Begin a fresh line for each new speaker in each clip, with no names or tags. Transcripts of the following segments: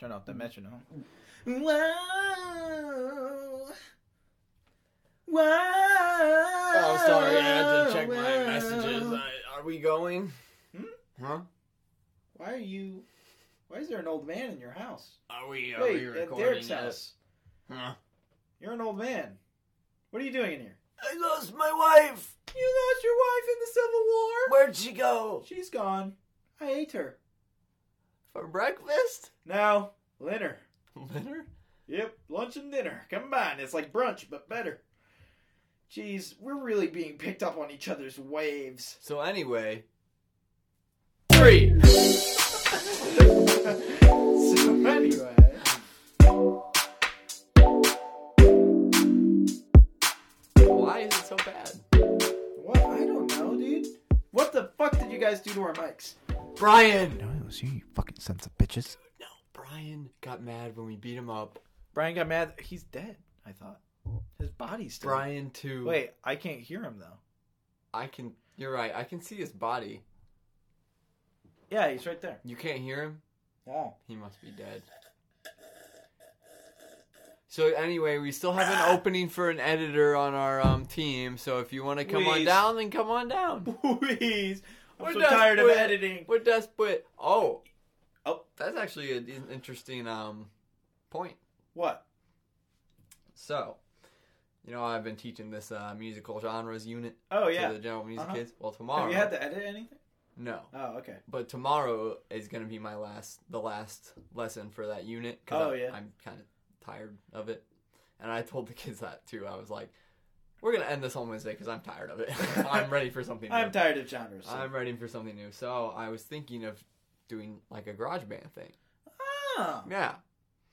Turn off the
Mm.
metronome.
Whoa. Whoa.
Oh,
Oh,
sorry. I had to check my messages. I- Are we going?
Hmm?
Huh?
Why are you? Why is there an old man in your house?
Are we? Are
Wait,
we
at
recording
Derek's
this?
house.
Huh?
You're an old man. What are you doing in here?
I lost my wife.
You lost your wife in the Civil War.
Where'd she go?
She's gone. I ate her.
For breakfast?
Now, dinner.
Litter?
Yep, lunch and dinner combined. It's like brunch, but better. Jeez, we're really being picked up on each other's waves.
So anyway, three.
So anyway,
Why is it so bad?
what? I don't know, dude. What the fuck did you guys do to our mics?
Brian.
No, it was you, you fucking sons of bitches.
No, Brian got mad when we beat him up.
Brian got mad. He's dead. I thought his body's still.
Brian too.
Wait, I can't hear him though.
I can. You're right. I can see his body.
Yeah, he's right there.
You can't hear him.
Oh.
He must be dead. So anyway, we still have an opening for an editor on our um, team. So if you want to come on
Please.
down, then come on down.
Please, I'm
We're
so
done
tired of
with-
editing.
We're desperate. Oh,
Oh.
that's actually an in- interesting um point.
What?
So, you know, I've been teaching this uh, musical genres unit
Oh
to
yeah.
the general music
Uh-huh.
kids. Well, tomorrow,
Have you had to edit anything?
no,
Oh okay.
but tomorrow is going to be my last, the last lesson for that unit.
Oh,
I,
yeah.
I'm kind of tired of it, and I told the kids that too. I was like, "We're going to end this on Wednesday because I'm tired of it. I'm ready for something." new.
I'm tired of genres. so-
I'm ready for something new. So I was thinking of doing like a garage band thing.
Ah.
Yeah.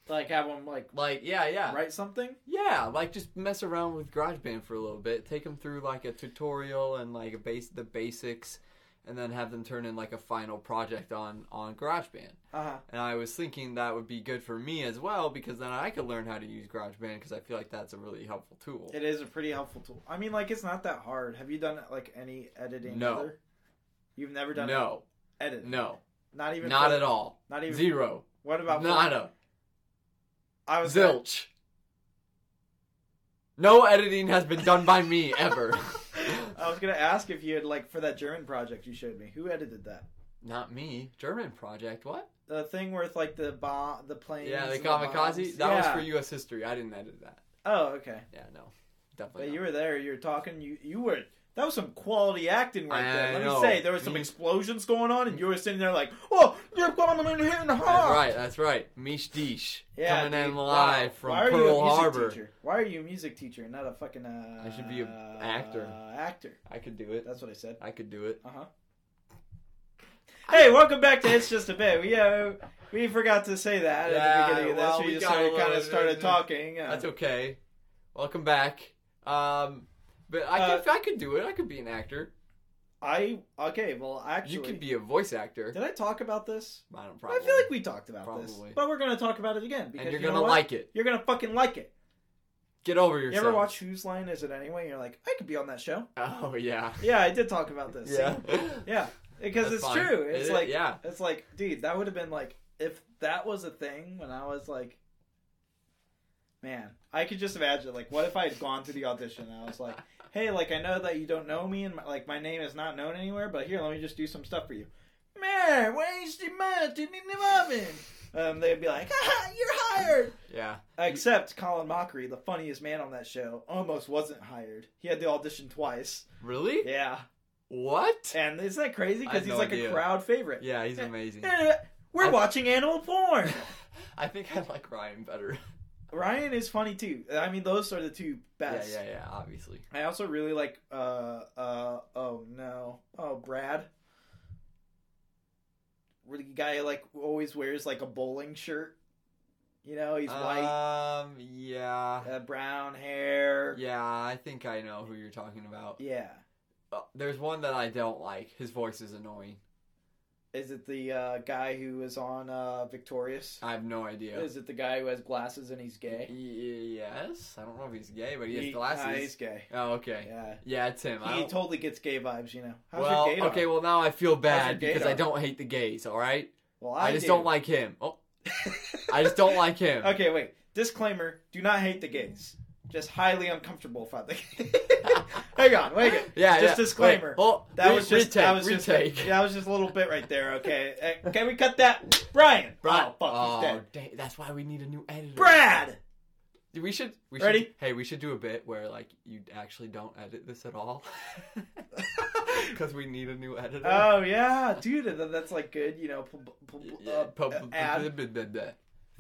Like have them like
Like yeah, yeah.
write something.
Yeah, like just mess around with GarageBand for a little bit. Take them through like a tutorial and like a base the basics and then have them turn in like a final project on on GarageBand.
Uh huh.
And I was thinking that would be good for me as well because then I could learn how to use GarageBand because I feel like that's a really helpful tool.
It is a pretty helpful tool. I mean, like it's not that hard. Have you done like any editing?
No.
Other? You've never done
No.
edit.
No.
Not even.
Not
for-
at all.
Not even.
Zero.
What about
Nada.
I was
Zilch. No editing has been done by me ever.
I was gonna ask if you had like for that German project you showed me. Who edited that?
Not me. German project. What?
The thing with like the bomb, the plane.
Yeah, the kamikaze. That was for U.S. history. I didn't edit that.
Oh, okay.
Yeah, no,
But
definitely.
you
not.
were there. You were talking. You you were. That was some quality acting right
I
there. Let me
know.
say, there was some
Me-
explosions going on, and you were sitting there like, "Oh, they're coming in here in the
That's
heart."
right. That's right. Mish Deesh
Yeah,
coming
dude,
in
wow. Why
live from
are you a
Pearl
music
Harbor.
Teacher? Why are you a music teacher and not a fucking? Uh,
I should be a actor.
Uh, actor.
I could do it.
That's what I said.
I could do it.
Uh huh. Hey, welcome back to It's Just a Bit. We uh, we forgot to say that
Yeah,
at the beginning of this.
well,
we,
we
just
got a
started, kind
little-
of started talking. Uh,
That's okay. Welcome back. Um, but I
Uh,
could. I could do it. I could be an actor.
I okay. Well, actually,
you could be a voice actor.
did I talk about this?
I don't probably.
I feel like we talked about this,
Probably.
but we're gonna talk about it again because
and you're
you know
gonna
what?
like it.
You're gonna fucking like it.
Get over
You
yourself.
ever watch Whose Line Is It Anyway? You're like, I could be on that show.
Oh yeah.
Yeah, I did talk about this.
Yeah.
Yeah, because
That's
it's
fine.
true. It's
It-
like
yeah.
it's like, dude, that would have been like if that was a thing when I was like, man, I could just imagine like, what if I had gone to the audition and I was like, hey, like I know that you don't know me and my, like my name is not known anywhere, but here, let me just do some stuff for you. Man, where's the money in the oven? Um, they'd be like, ah, you're hired.
Yeah.
Except Colin Mockery, the funniest man on that show, almost wasn't hired. He had the audition twice.
Really?
Yeah.
What?
And isn't that crazy?
I had
Because he's
no
like
idea.
a crowd favorite.
Yeah, he's amazing.
Eh, We're
I-
watching animal porn.
I think I like Ryan better.
Ryan is funny too. I mean, those are the two best.
Yeah, yeah, yeah. Obviously.
I also really like. uh uh Oh no! Oh Brad, the guy like always wears like a bowling shirt. You know, he's white,
Um. Yeah.
uh, brown hair.
Yeah, I think I know who you're talking about.
Yeah.
Uh, there's one that I don't like. His voice is annoying.
Is it the uh, guy who was on uh, Victorious?
I have no idea.
Is it the guy who has glasses and he's
Y-
gay?
yes. I don't know if he's gay, but he has
He-
glasses.
nah, he's gay.
Oh, okay.
Yeah.
Yeah, it's him. I
He
don't-
totally gets gay vibes, you know. How's
well,
your gaydar?
okay. Well, now I feel bad
your
because I
gaydar?
don't hate the gays. All right.
Well,
I, just
do.
don't like him. Oh, I just don't like him.
Okay, wait. Disclaimer: Do not hate the gays. Just highly uncomfortable about the. Hang on, wait. Again.
Yeah,
Just
yeah.
disclaimer.
Wait, oh,
That
re-
was just
retake,
that was just
retake.
yeah, that was just a little bit right there. Okay, Eh, can we cut that, Brian?
Brad.
Oh, fuck, he's dead.
dang, that's why we need a new editor.
Brad.
We should. We should
Ready?
Hey, we should do a bit where like you actually don't edit this at all, because we need a new editor.
Oh yeah, dude, that- that's like good. You know, pub- pub-
Yeah,
uh,
pub-
uh, ad.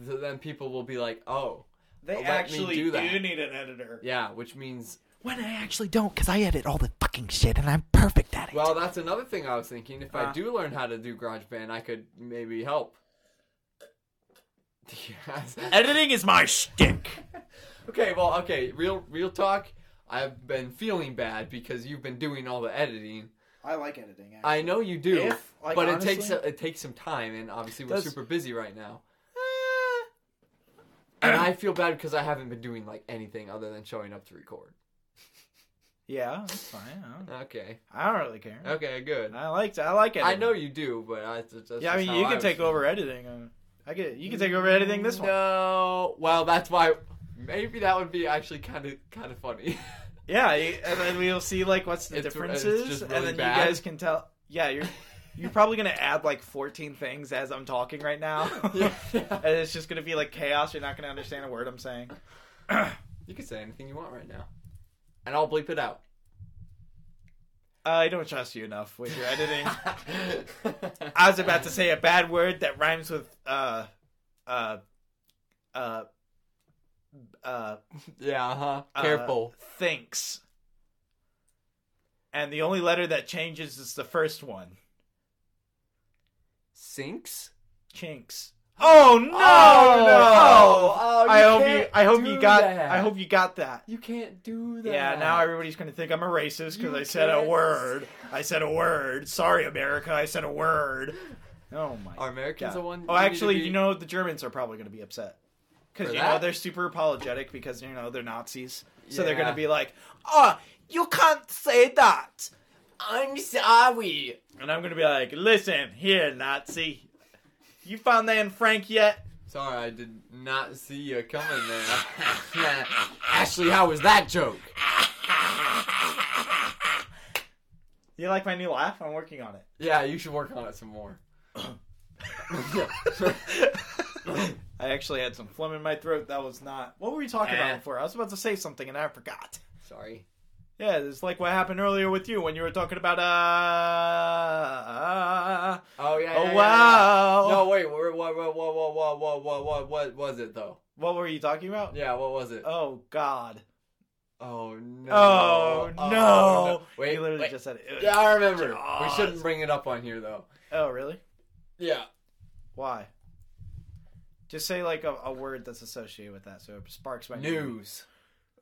So then people will be like, "Oh,
They
let me
actually
do
do,
that.
need an editor.
yeah," which means
When I actually don't, because I edit all the fucking shit and I'm perfect at it.
well, that's another thing I was thinking. If I
Uh.
do learn how to do GarageBand, I could maybe help. Yes.
Editing is my shtick.
Okay, well, okay, real real talk. I've been feeling bad because you've been doing all the editing.
I like editing. Actually.
I know you do,
If, like,
but
honestly-
it takes it takes some time, and obviously we're
Does-
super busy right now.
eh,
And I feel bad because I haven't been doing like anything other than showing up to record.
yeah, that's fine. I don't,
Okay,
I don't really care.
okay, good.
I liked. I like editing.
I know you do, but I, that's that's
Yeah, I mean,
just
you
how
can
was
take
feeling.
over editing. uh, I get you can take over editing this one.
No, well, that's why. Maybe that would be actually kind of kind of funny.
Yeah, you- and then we'll see like what's the
It's- it's
differences,
just
and
really
then
bad.
you guys can tell. Yeah, you're you're probably gonna add like 14 things as I'm talking right now,
Yeah.
and it's just gonna be like chaos. You're not gonna understand a word I'm saying.
you can say anything you want right now, and I'll bleep it out.
I don't trust you enough with your editing. I was about to say a bad word that rhymes with uh uh uh uh
Yeah, uh-huh.
uh,
Careful.
thinks. And the only letter that changes is the first one.
Sinks?
Chinks. Oh no!
Oh, oh,
I
you
hope you.
can't
I hope
do
you got.
that.
I hope you got that.
You can't do that.
Yeah. Now everybody's gonna think I'm a racist because
You
I said a
can't.
word. I said a word. Sorry, America. I said a word. Oh my.
Are Americans
God.
the one?
Oh,
you need to
actually,
be-
you know the Germans are probably gonna be upset because
For
you know
that?
they're super apologetic because you know they're Nazis. So they're
Yeah.
gonna be like, "Oh, you can't say that."
I'm sorry.
And I'm gonna be like, "Listen here, Nazi. You found that in Frank yet?"
Sorry, I did not see you coming there. Ashley, how was that joke?
You like my new laugh? I'm working on it.
Yeah, you should work on it some more.
I actually had some phlegm in my throat. That was not. What were we talking
Eh.
about before? I was about to say something and I forgot.
Sorry.
Yeah, it's like what happened earlier with you when you were talking about uh, uh
Oh yeah. yeah,
oh
yeah, yeah.
wow.
No, wait. What? What? What? What? What? What? What? What? What? What was it though?
What were you talking about?
Yeah. What was it?
Oh God.
Oh no.
Oh, no.
Wait.
you literally
wait.
just said it.
Yeah, I remember. We
God.
shouldn't bring it up on here though.
Oh really?
Yeah.
Why? Just say like a, a word that's associated with that, so it sparks my
News.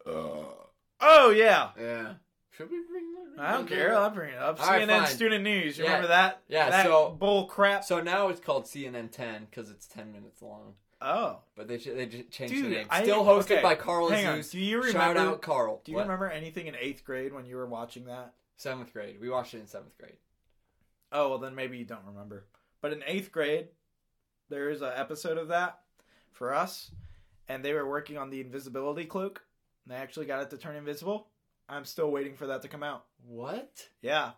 Oh yeah.
Yeah. Should we bring that?
I don't care. I'll bring it up.
All right,
CNN
fine.
student news. You
Yeah.
remember that?
Yeah,
That
so-
bull crap.
So now it's called CNN 10 because it's 10 minutes long.
oh,
But they ju- they ju- changed
Dude,
the name.
I-
Still hosted
okay,
by Carl
hang on.
Azus.
Do you
Shout
remember-
out Carl.
do you
What?
remember anything in eighth grade when you were watching that?
Seventh grade. We watched it in seventh grade.
Oh, well, then maybe you don't remember. But in eighth grade, there is an episode of that for us, and they were working on the invisibility cloak. And they actually got it to turn invisible. I'm still waiting for that to come out.
What?
Yeah,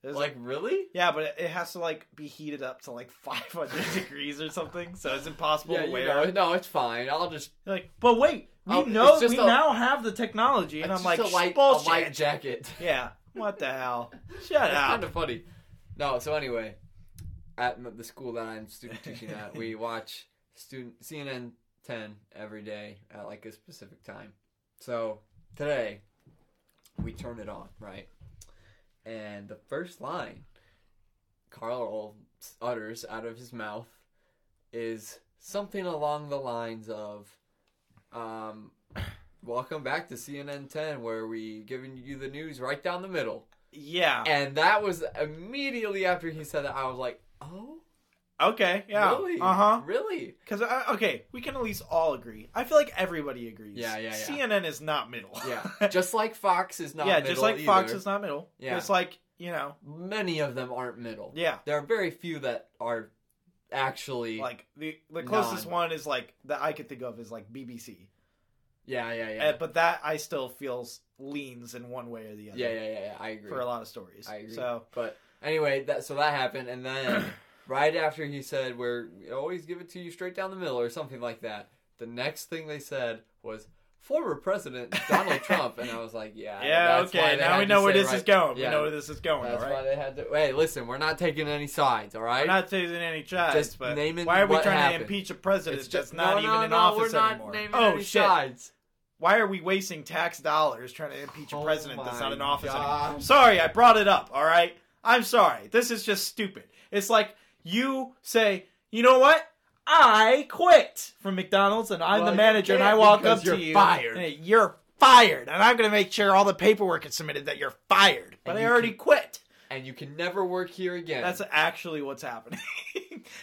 It was
Like really?
yeah, but it- it has to like be heated up to like 500 degrees or something, so it's impossible
Yeah,
to
you
wear.
know, no, it's fine. I'll just
They're like, but wait, we
Oh,
know
it's just
we
a-
now have the technology, and
it's
I'm like,
just a light,
bullshit.
a light jacket.
yeah, what the hell? Shut
That's
up.
kind of funny. No, so anyway, at m- the school that I'm student teaching at, we watch student CNN 10 every day at like a specific time. So today, we turn it on, right? And the first line Carl utters out of his mouth is something along the lines of, um, "Welcome back to CNN 10, where we giving you the news right down the middle."
Yeah.
And that was immediately after he said that I was like, "Oh,
Okay. Yeah.
really?
Uh huh.
Really?
Because okay, we can at least all agree. I feel like everybody agrees.
Yeah, yeah, yeah.
CNN is not middle.
Yeah. just like Fox is not.
yeah.
middle
Just like Fox
either.
is not middle.
Yeah.
Just like you know.
Many of them aren't middle.
Yeah.
There are very few that are actually.
Like the the closest
None.
one is like that I could think of is like BBC,
yeah, yeah, yeah.
Uh, but that I still feels leans in one way or the other.
yeah, yeah, yeah, yeah. I agree.
for a lot of stories.
I agree.
So
But anyway, that so that happened, and then right after he said, "We're we always give it to you straight down the middle" or something like that. The next thing they said was former President Donald Trump, and I was like, "Yeah,
yeah,
Uh, that's why
okay.
they
Now
had
we
to
know where
say
this
right-
is going.
Yeah.
We know where this is going.
That's
all
why
right.
they had to. Hey, listen, we're not taking any sides, all right?
We're not taking any shots,
Just
but
name it
why are we
what
trying
happened.
to impeach a president
It's
that's
ju-
not
no,
even
no,
in
no,
office
we're not
anymore?
Naming
oh
any
shit!
Sides.
Why are we wasting tax dollars trying to impeach a
Oh
president that's not in
my
office anymore?
God.
Sorry, I brought it up. All right, I'm sorry. This is just stupid. It's like you say, you know what? I quit from McDonald's and I'm
Well,
the
you
manager and I
can't
walk
because
up
you're
to you.
fired.
and you're fired, and I'm going to make sure all the paperwork is submitted that you're fired. But
And
I
you
already
can-
quit.
And you can never work here again.
That's actually what's happening.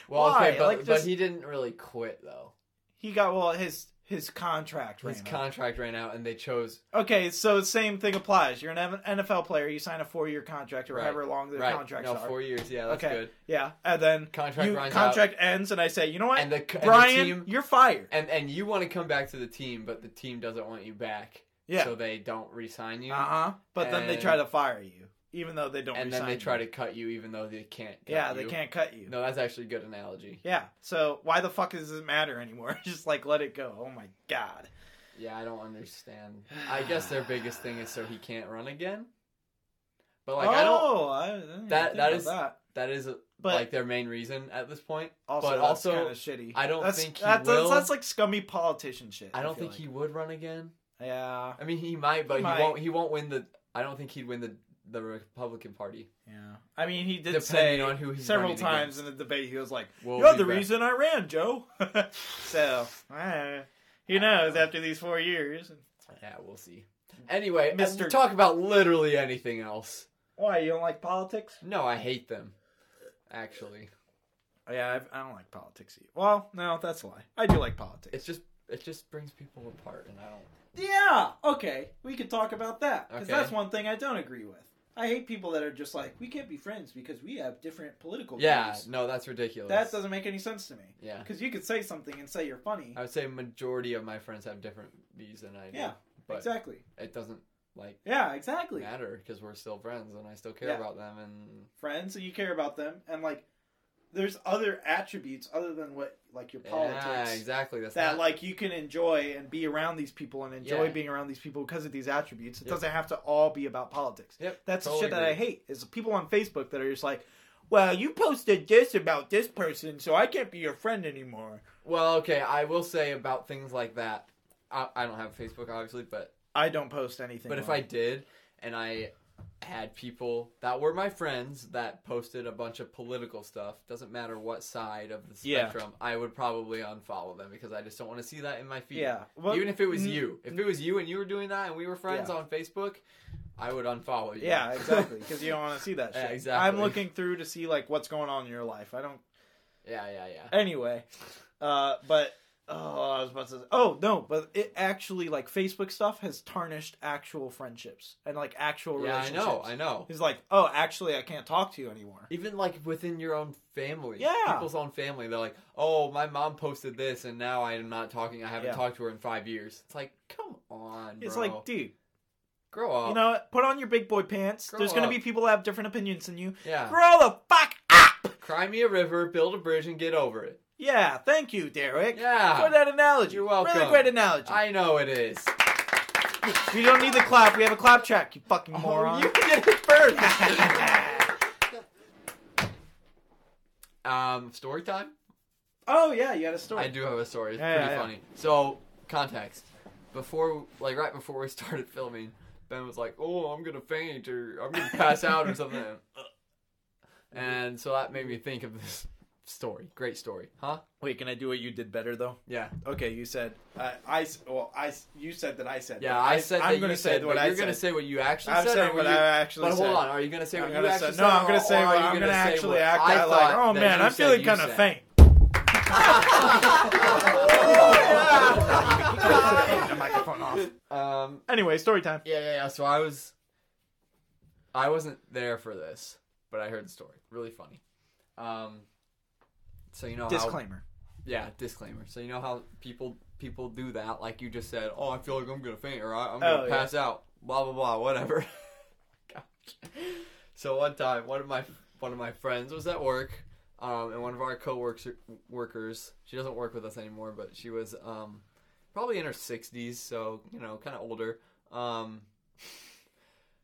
well,
why?
okay, but,
Like, just-
but he didn't really quit though.
he got well his his contract. ran
His
out.
contract ran out, and they chose
Okay, so same thing applies. You're an NFL player. You sign a four-year contract or
Right,
however long the
right.
contracts
no,
are.
four years. Yeah, that's
okay,
good.
yeah, and then
Contract
you,
runs
contract ends, and I say, you know what,
And the, and
Brian,
the team
you're fired.
and and you want to come back to the team, but the team doesn't want you back.
Yeah,
So they don't re-sign you,
uh huh. But then they
And-
try to fire you, even though they don't.
and then
resign
they try
you.
to cut you, even though they can't. Cut
Yeah, they
you.
can't cut you.
No, that's actually a good analogy.
Yeah, so why the fuck does it matter anymore? Just like let it go. Oh my god.
Yeah, I don't understand. I guess their biggest thing is so he can't run again. But like,
oh,
I don't.
I didn't even
that-
think
that
about
is-
that.
That is
But
like their main reason at this point.
also,
but
that's
also,
kind of shitty.
I don't
that's,
think he
that's,
will.
That's, like scummy politician shit.
I don't
feel
think he would run again.
like. Yeah.
I mean, he might, but he,
might.
won't. He won't win the. I don't think he'd win the the Republican Party.
Yeah, I mean, he did
Depending
say
on who he's
several
running
times in the debate. He was like,
We'll
"You're
be
the
back."
reason I ran, Joe." so uh, who knows? After these four years,
Yeah, we'll see. Anyway,
Mr.
Mr. talk about literally anything else.
why you don't like politics?
No, I hate them. Actually,
Yeah, I've, I don't like politics. Either. Well, no, that's a lie. I do like politics.
it just it just brings people apart, and I don't.
yeah, okay, we could talk about that because
Okay.
that's one thing I don't agree with. I hate people that are just like, we can't be friends because we have different political
Yeah,
views.
no, that's ridiculous.
That doesn't make any sense to me.
Yeah, Uh,
Because you could say something and say you're funny.
I would say majority of my friends have different views than I do.
Yeah,
but
exactly.
it doesn't like
Yeah, exactly.
matter because we're still friends, and I still care
Yeah.
about them. And
friends and you care about them and like there's other attributes other than what like your politics
yeah, exactly. That's
that
not,
like you can enjoy and be around these people and enjoy
Yeah.
being around these people because of these attributes it
Yep.
doesn't have to all be about politics
Yep,
that's the
totally
shit that i
agree.
hate is people on facebook that are just like well you posted this about this person so i can't be your friend anymore
Well, okay, I will say about things like that. I, I don't have Facebook, obviously, but
i don't post anything
but if I
like-
did, and I had people that were my friends that posted a bunch of political stuff, doesn't matter what side of the
Yeah.
spectrum, I would probably unfollow them because I just don't want to see that in my feed.
yeah well,
Even if it was
n-
you, if it was you and you were doing that and we were friends
Yeah.
on Facebook, I would unfollow you.
yeah exactly because you don't want to see that shit
Yeah, exactly.
i'm looking through to see like what's going on in your life i don't
yeah, yeah, yeah.
anyway, uh, but oh, I was about to. Say, oh no, but it actually like Facebook stuff has tarnished actual friendships and like actual
Yeah, I
relationships.
know, I know.
It's like, oh, actually, I can't talk to you anymore.
Even like within your own family,
Yeah.
people's own family, they're like, "Oh, my mom posted this, and now I am not talking. I haven't
Yeah.
talked to her in five years." It's like, come on,
It's
bro.
like, dude,
grow up.
you know, what? put on your big boy pants.
Grow
There's gonna
up.
be people that have different opinions than you.
yeah,
Grow the fuck up.
cry me a river, build a bridge, and get over it.
Yeah, thank you, Derek.
Yeah.
For that analogy.
You're
Really
welcome.
great analogy.
I know it is.
We don't need the clap. We have a clap track, you fucking moron.
Oh, you did it first. um, story time.
oh, yeah, you had a story.
I do have a story. It's
Yeah,
pretty
yeah, yeah.
funny. So context. Before, like right before we started filming, Ben was like, "Oh, I'm gonna faint or I'm gonna pass out or something," and so that made me think of this story. Great story, huh?
Wait, can I do what you did better, though?
Yeah,
Okay, you said uh, I. s- Well, I. s- You said that I said.
yeah.
that.
I said
I'm
that
gonna
you
say
said,
what
but
I
you're gonna
said.
say what you actually
I'm
said.
saying
or
what
you-
I actually
But hold
said.
on, are you gonna say
I'm
what you
gonna say-
actually said?
no, I'm
or
gonna say.
are
Well,
you
I'm gonna
say
actually
what
act
I
out like.
thought
Oh
that
man,
you
I'm
said
feeling
you
kind of
said."
faint. The microphone off.
Um,
Anyway, story time.
Yeah, yeah, yeah. So I was, I wasn't there for this, but I heard the story. Really funny. Um, So you know how
Disclaimer.
yeah disclaimer. So you know how people people do that like you just said. Oh, I feel like I'm gonna faint or I- I'm gonna
Oh, yeah.
pass out. Blah blah blah. Whatever. Gosh. so one time, one of my one of my friends was at work, um, and one of our coworkers workers. She doesn't work with us anymore, but she was um, probably in her 60s, so you know, kind of older. Um,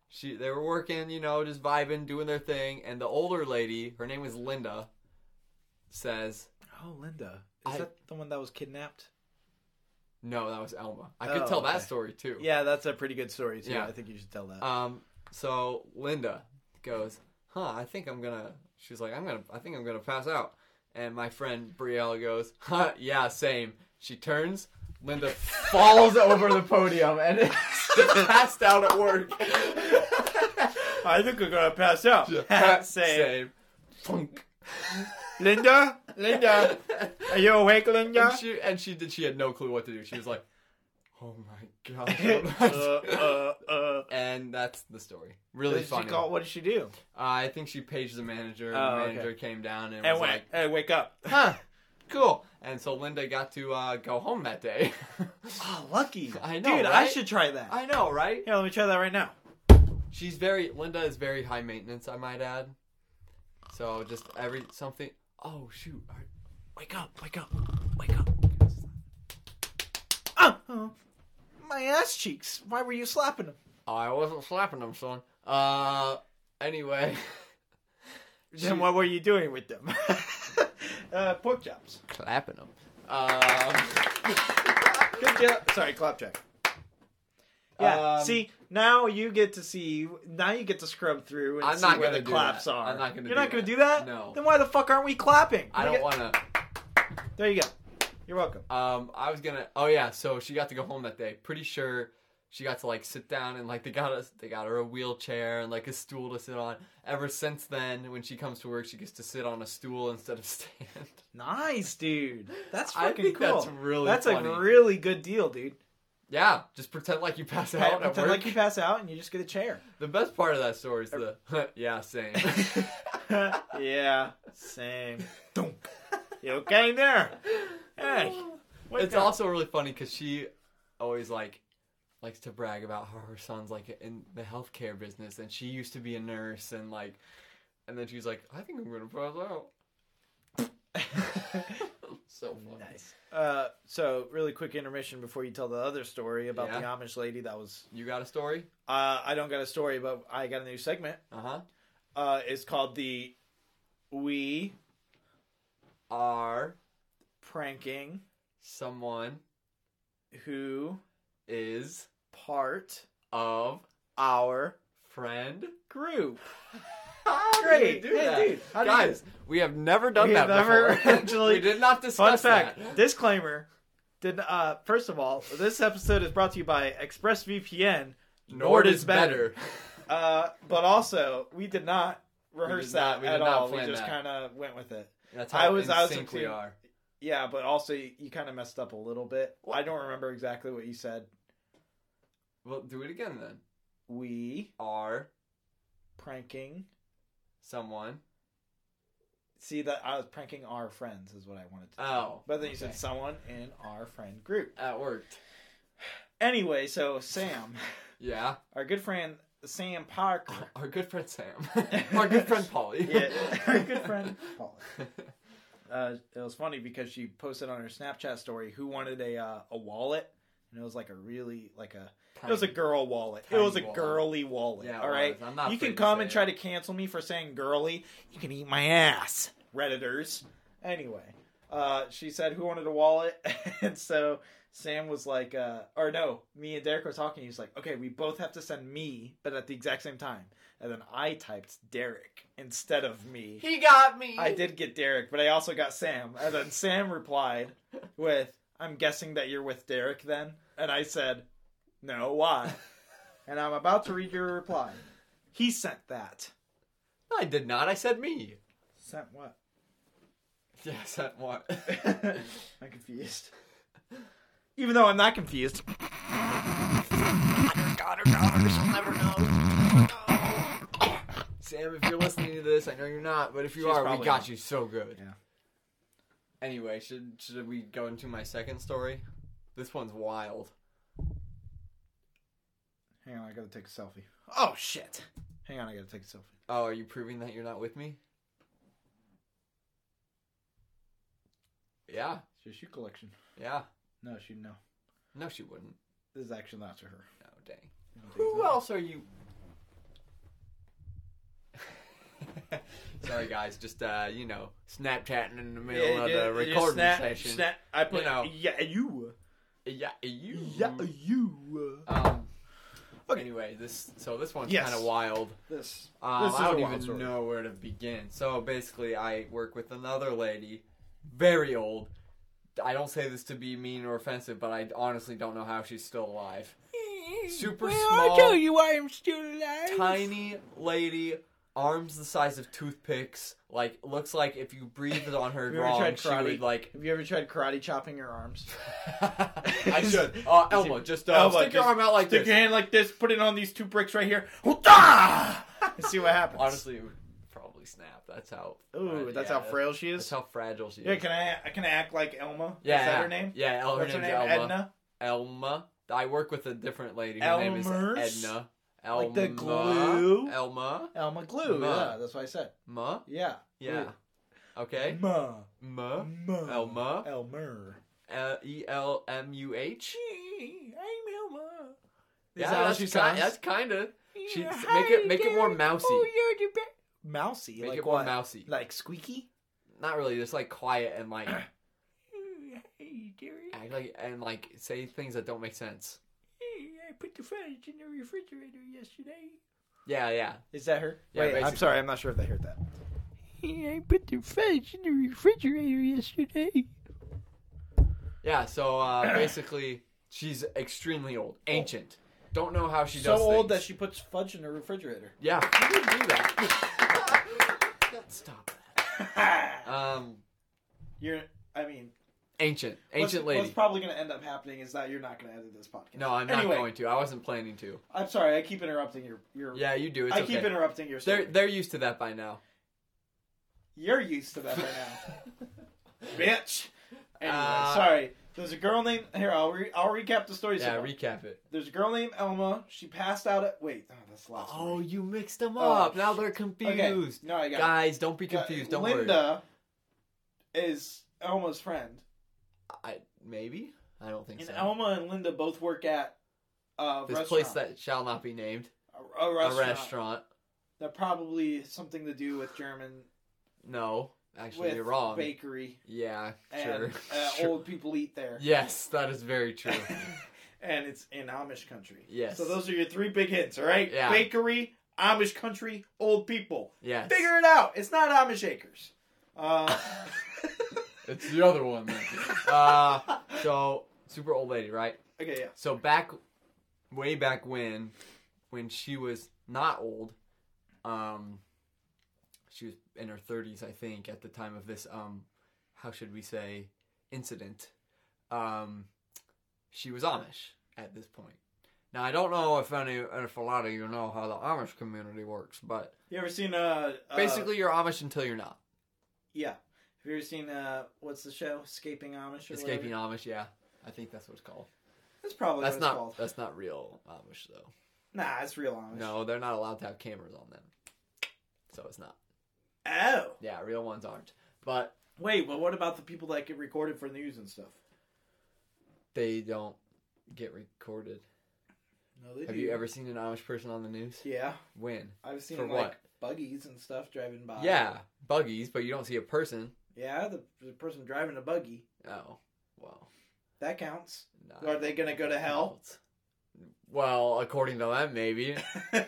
she they were working, you know, just vibing, doing their thing, and the older lady, her name was Linda, says,
Oh, Linda. Is
I-
that the one that was kidnapped?
"No, that was Elma." I could
Oh,
tell that
okay.
story too.
Yeah, that's a pretty good story too.
Yeah.
I think you should tell that.
Um, so Linda goes, "Huh, I think I'm gonna." She's like, "I'm gonna, I think I'm gonna pass out." And my friend Brielle goes, "Huh, yeah, same." She turns. Linda falls over the podium and is passed out at work.
I think we're gonna pass out. Say,
Same. Plunk.
Linda, Linda, are you awake, Linda?
And she and she did. She had no clue what to do. She was like, "Oh my
uh,
god!"
uh, uh.
and that's the story.
What
Really
did she
funny. Uh,
call? What did she do?
I think she paged the manager. and
Oh,
the
okay.
manager came down and,
And
was
went,
like,
"Hey, wake up!"
"Huh, cool." And so Linda got to uh, go home that day.
Oh, lucky.
I know,
dude. I
right?
should try that.
I know, right?
Here, let me try that right now.
She's very Linda is very high maintenance, I might add. So just every something. Oh shoot! All right.
Wake up, wake up, wake up.
Oh, oh. my ass cheeks. Why were you slapping them?
Oh, I wasn't slapping them, son. Uh, anyway.
Then what were you doing with them? uh, pork chops.
clapping them. Um,
Good job. Sorry, clapjack. Yeah.
Um,
see, now you get to see. Now you get to scrub through and
I'm
see
not
where
gonna
the
do
claps
that.
are.
I'm not gonna
You're
do
not gonna
that.
do that.
No.
Then why the fuck aren't we clapping?
I don't
Look
want to.
at- There you go. You're welcome.
Um, I was gonna. Oh yeah, so she got to go home that day. Pretty sure she got to like sit down and like they got us. They got her a wheelchair and like a stool to sit on. Ever since then, when she comes to work, she gets to sit on a stool instead of stand.
Nice, dude. That's
I
fucking
think
cool.
that's really
That's
funny.
a really good deal, dude.
yeah, just pretend like you pass out at
Pretend
work.
like you pass out and you just get a chair.
The best part of that story is the yeah, same.
yeah, same. Dunk. You okay there? Hey, wake
it's
up.
also really funny because she always like likes to brag about how her son's like in the healthcare business and she used to be a nurse and like and then she's like i think i'm gonna pass out so funny
Nice. Uh, so, really quick intermission before you tell the other story about the
Yeah.
Amish lady that was.
you got a story
Uh, I don't got a story, but I got a new segment.
uh-huh
Uh, it's called the We
are
Pranking
someone
Who
is
Part
of
Our
friend
Group.
How did
Great.
we do
Hey,
that?
dude, how did we
guys we have never done
We
that
have never
before.
actually-
we did not
Fun
discuss
fact
that
disclaimer. Did, uh, first of all, this episode is brought to you by ExpressVPN. Nord is better. Uh, but also, we did not rehearse
did
that
not- we
at
did not
all. We
plan
just
that.
kind of went with it.
That's
I
how
was-
in
I was
sync we
including-
are.
Yeah, but also you, you kind of messed up a little bit. I don't remember exactly what you said.
Well, do it again then.
We
Are
pranking.
someone?
See that I was pranking our friends is what I wanted to. do.
Oh,
but then you said
okay.
someone in our friend group.
That worked.
Anyway, so Sam,
Yeah.
our good friend Sam Parker.
Our good friend Sam. Our good friend Polly.
Yeah, our good friend Paul. Uh, it was funny because she posted on her Snapchat story who wanted a uh, a wallet, and it was like a really like a It was a girl wallet. It
Tiny
was a
wallet.
girly wallet.
Yeah, it
all right.
was. I'm not
you can
afraid to
come
say
and
it.
try to cancel me for saying girly. You can eat my ass, redditors. Anyway, uh, she said who wanted a wallet, and so Sam was like, uh, or no, me and Derek were talking. He's like, okay, we both have to send me, but at the exact same time. And then I typed Derek instead of me.
He got me.
I did get Derek, but I also got Sam. And then Sam replied with, I'm guessing that you're with Derek then? And I said, No, why? And I'm about to read your reply. He sent that.
I did not. I said me.
Sent what?
Yes, that what?
I'm confused. Even though I'm not confused.
God or not, she'll never know.
Sam, if you're listening to this, I know you're not, but if you
She's
are, we
probably
got
not.
you so good. Anyway, should should we go into my second story? This one's wild.
Hang on, I gotta take a selfie.
Oh shit.
Hang on, I gotta take a selfie.
Oh, are you proving that you're not with me? Yeah,
It's your shoe collection.
yeah.
No, she no.
No, she wouldn't.
This is actually not to her.
No, dang.
I don't think
Who
so.
else are you? Sorry, guys. Just uh, you know, Snapchatting in the middle of
Yeah, yeah,
the
yeah,
recording
snap-
session.
snap- I put
You know.
yeah you
Yeah, you.
yeah you. uh,
Um.
Okay.
Anyway, this so this one's
Yes.
kind of wild.
This
Um,
This is
I
a
don't
wild
even
story.
know where to begin. So basically, I work with another lady, very old. I don't say this to be mean or offensive, but I honestly don't know how she's still alive. Super small,
you I am still alive.
tiny lady, arms the size of toothpicks. Like looks like if you breathed on her
Have you ever
wrong,
tried
she
karate?
would like.
Have you ever tried karate chopping your arms?
I should. Uh, Elmo, just uh,
Elmo,
stick your
just
arm out like
Stick
this.
your hand like this. Put it on these two bricks right here. Hoo-tah! and see what happens.
Honestly, it would probably snap. That's how.
Ooh, that's
yeah,
how frail she
That's
is.
how fragile she is.
Yeah, can I can I act like Elma?
Yeah,
is that
yeah.
her name?
Yeah, El- her
What's her
name's
name?
Elma.
Edna.
Elma. I work with a different lady. Her name
Elmers?
is Edna. Elma.
Like the glue?
Elma.
Elma Glue.
Ma.
Yeah, that's what I said.
Ma.
Yeah.
Yeah. Okay.
Ma.
Ma.
Ma.
Elma.
Elmer.
L- E L M U H.
I'm Elma.
Yeah,
that how
that's
she
ki-
sounds?
that's kind of. She make it make it more mousy.
Mousy.
Make
like
it more
what?
mousy.
Like squeaky.
Not really. Just like quiet and like act like and like say things that don't make sense.
I put the fudge in the refrigerator yesterday.
Yeah, yeah.
Is that her?
Yeah,
Wait, I'm
basically.
sorry. I'm not sure if they heard that.
I put the fish in the refrigerator yesterday.
Yeah, so uh, basically, she's extremely old, ancient. Don't know how she
so
does.
old that
things.
she puts fudge in the refrigerator.
Yeah, who would do that? Stop that. Um,
You're. I mean,
ancient,
what's-
ancient
What's
lady.
probably going to end up happening is that you're not going to edit this podcast.
No, I'm not
Anyway.
going to. I wasn't planning to.
I'm sorry. I keep interrupting your. your
Yeah, you do. It's
I
okay.
keep interrupting your.
They're
Story.
they're used to that by now.
You're used to that by now, bitch. Anyway,
Uh,
sorry. There's a girl named here. I'll re, I'll recap the story.
yeah,
somewhat.
recap it.
There's a girl named Elma. She passed out at. Wait, oh, that's the last.
Oh,
one.
you mixed them
Oh,
up. now
shit.
they're confused.
Okay. No, I got. it.
Guys, don't be confused. Don't worry.
Linda is Elma's friend,
I maybe. I don't think
and
so.
Elma and Linda both work at a
this
restaurant.
place that shall not be named.
a, a restaurant.
A restaurant.
That probably has something to do with German
No, actually,
with
you're wrong.
bakery
Yeah,
and
sure.
uh,
Sure.
old people eat there.
Yes, that is very true.
and it's in Amish country.
Yes.
So those are your three big hits, all right?
Yeah.
Bakery, Amish country, old people.
Yes.
Figure it out. It's not Amish acres. Uh,
It's the other one. Then. Uh, so super old lady, right?
okay, yeah.
So back, way back when, when she was not old, um, she was in her thirties, I think, at the time of this, um, how should we say, incident. Um, she was Amish at this point. Now I don't know if any, if a lot of you know how the Amish community works, but
You ever seen uh, uh
basically you're Amish until you're not.
Yeah. Have you ever seen uh what's the show? Escaping Amish or
Escaping
whatever?
Amish, yeah, I think that's what it's called.
That's probably
That's
what
not
it's called.
that's not real Amish though.
Nah, it's real Amish.
No, they're not allowed to have cameras on them, so it's not.
Oh.
Yeah, real ones aren't, but
Wait, but what about the people that get recorded for news and stuff?
they don't get recorded.
No, they
Have
do.
you ever seen an Amish person on the news?
Yeah.
When?
I've seen
For
like
what?
buggies and stuff driving by.
yeah, buggies, but you don't see a person.
Yeah, the, the person driving a buggy.
Oh, well.
That counts.
nah.
Are they gonna go to hell?
Well, according to them, maybe. I'm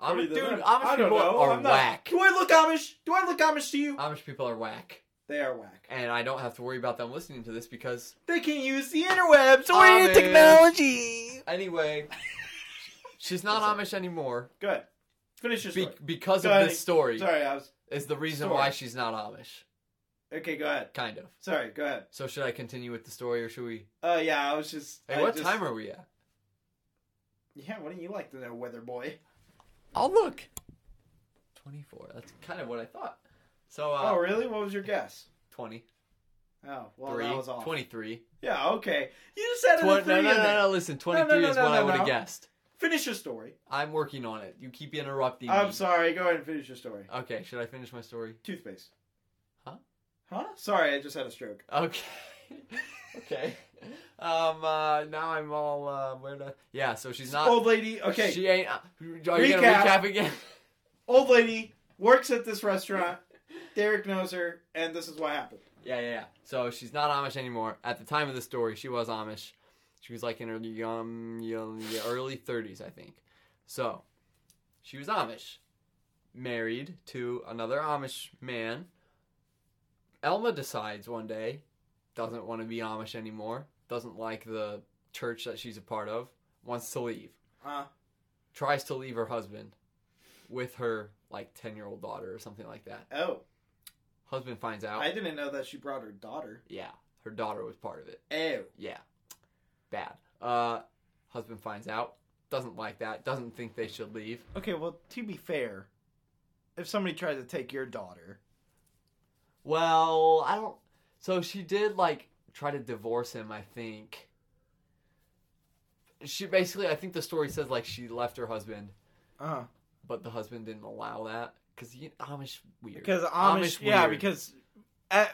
According
a
to
dude.
them.
Amish
I don't
people
know.
are
I'm not-
whack.
Do I look Amish? Do I look Amish to you?
Amish people are whack,
They are whack.
and I don't have to worry about them listening to this because
They can use the interwebs.
or your Amish.
technology.
anyway, she's not Amish anymore
Good. Finish your
be-
story.
because
Go
of
ahead.
this story.
Sorry, I was.
Is the reason
Story.
why she's not Amish,
Okay, go ahead.
kind of.
Sorry, go ahead.
So should I continue with the story, or should we?
Uh, yeah, I was just.
Hey,
I
what
just-
time are we at?
Yeah, wouldn't you like to know, weather boy?
I'll look. Twenty-four. That's kind of what I thought. So uh,
oh, really? What was your guess?
twenty.
Oh, well,
Three.
that was off.
23.
Yeah, okay. You just had
Twen-
a three
no, no,
in
no,
there.
no, listen. 23
no,
is
no,
what I
no,
would have
no.
guessed.
Finish your story.
I'm working on it. You keep interrupting
I'm
me.
sorry. Go ahead and finish your story.
Okay, should I finish my story?
Toothpaste.
Uh, Huh?
Huh? Sorry, I just had a stroke.
Okay. okay. Um. Uh, now I'm all. Uh, where the? Yeah. So she's not.
old lady. Okay.
She ain't. Uh, are you gonna
Recap.
recap again?
Old lady works at this restaurant. Derek knows her, and this is what happened.
yeah, yeah, yeah. So she's not Amish anymore. At the time of the story, she was Amish. She was like in her young, young early 30s, I think. So she was Amish, married to another Amish man. Elma decides one day doesn't want to be Amish anymore. Doesn't like the church that she's a part of. Wants to leave.
Uh,
tries to leave her husband with her like 10 year old daughter or something like that.
oh,
Husband finds out.
I didn't know that she brought her daughter.
yeah, her daughter was part of it.
Oh,
Yeah, bad. Uh, husband finds out. Doesn't like that. Doesn't think they should leave.
okay. Well, to be fair, if somebody tried to take your daughter,
Well, I don't. So she did like try to divorce him. I think. She basically, I think the story says like she left her husband,
uh,
but the husband didn't allow that because Amish weird.
because Amish, yeah,
weird.
because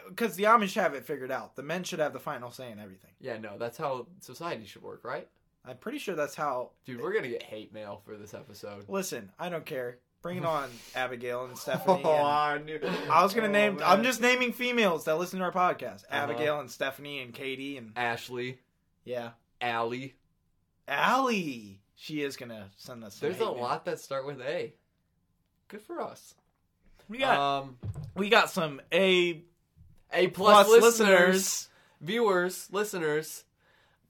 because the Amish have it figured out. The men should have the final say in everything.
yeah, no, that's how society should work, right?
I'm pretty sure that's how.
Dude, we're gonna get hate mail for this episode.
Listen, I don't care. Bring it on, Abigail and Stephanie. and-
knew.
Oh, I was gonna name. I'm just naming females that listen to our podcast:
Uh-huh.
Abigail and Stephanie and Katie and
Ashley,
yeah,
Allie.
Allie. She is gonna send us. some
There's a
hate mail.
lot that start with A. Good for us.
We got
Um,
we got some A
A
plus listeners.
plus, listeners, viewers, listeners.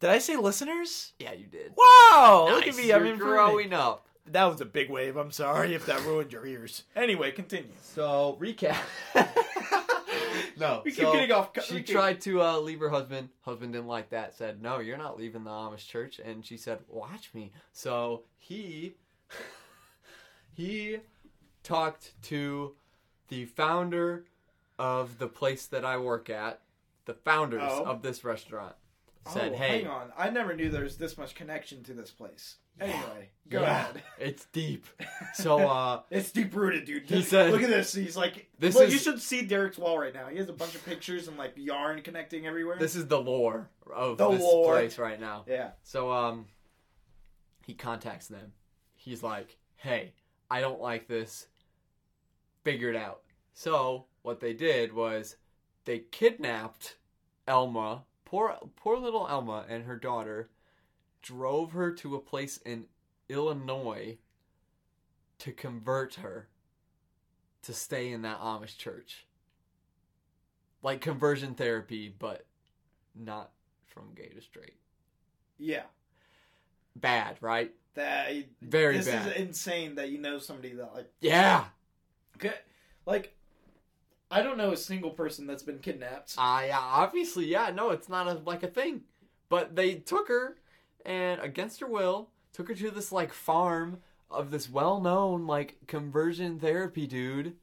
Did I say listeners?
Yeah, you did.
Wow! Look at
Nice,
me. I'm
you're
improving.
growing up.
That was a big wave. I'm sorry if that ruined your ears. Anyway, continue.
So recap. no,
We keep
so
getting off co-
She
we keep-
tried to uh, leave her husband. Husband didn't like that. Said, "No, you're not leaving the Amish church." And she said, "Watch me." So he he talked to the founder of the place that I work at, the founders
Oh.
of this restaurant. Said,
oh,
"Hey,
hang on. I never knew there was this much connection to this place. Anyway, go
yeah,
ahead.
it's deep." So uh,
It's deep rooted, dude.
He said-
"Look at this." He's like,
This
look,
is-
you should see Derek's wall right now. He has a bunch of pictures and like yarn connecting everywhere."
this is the lore of
The
this
lore.
place right now.
yeah.
So um he contacts them. He's like, "Hey, I don't like this. Figure it out." So, what they did was they kidnapped Elma, poor poor little Elma and her daughter, drove her to a place in Illinois to convert her to stay in that Amish church. Like conversion therapy, but not from gay to straight
Yeah.
bad, right?
That
Very
this
bad.
is insane that you know somebody that like
Yeah,
could, like I don't know a single person that's been kidnapped.
I uh, obviously yeah. No, it's not a, like a thing, but they took her and against her will took her to this like farm of this well-known like conversion therapy dude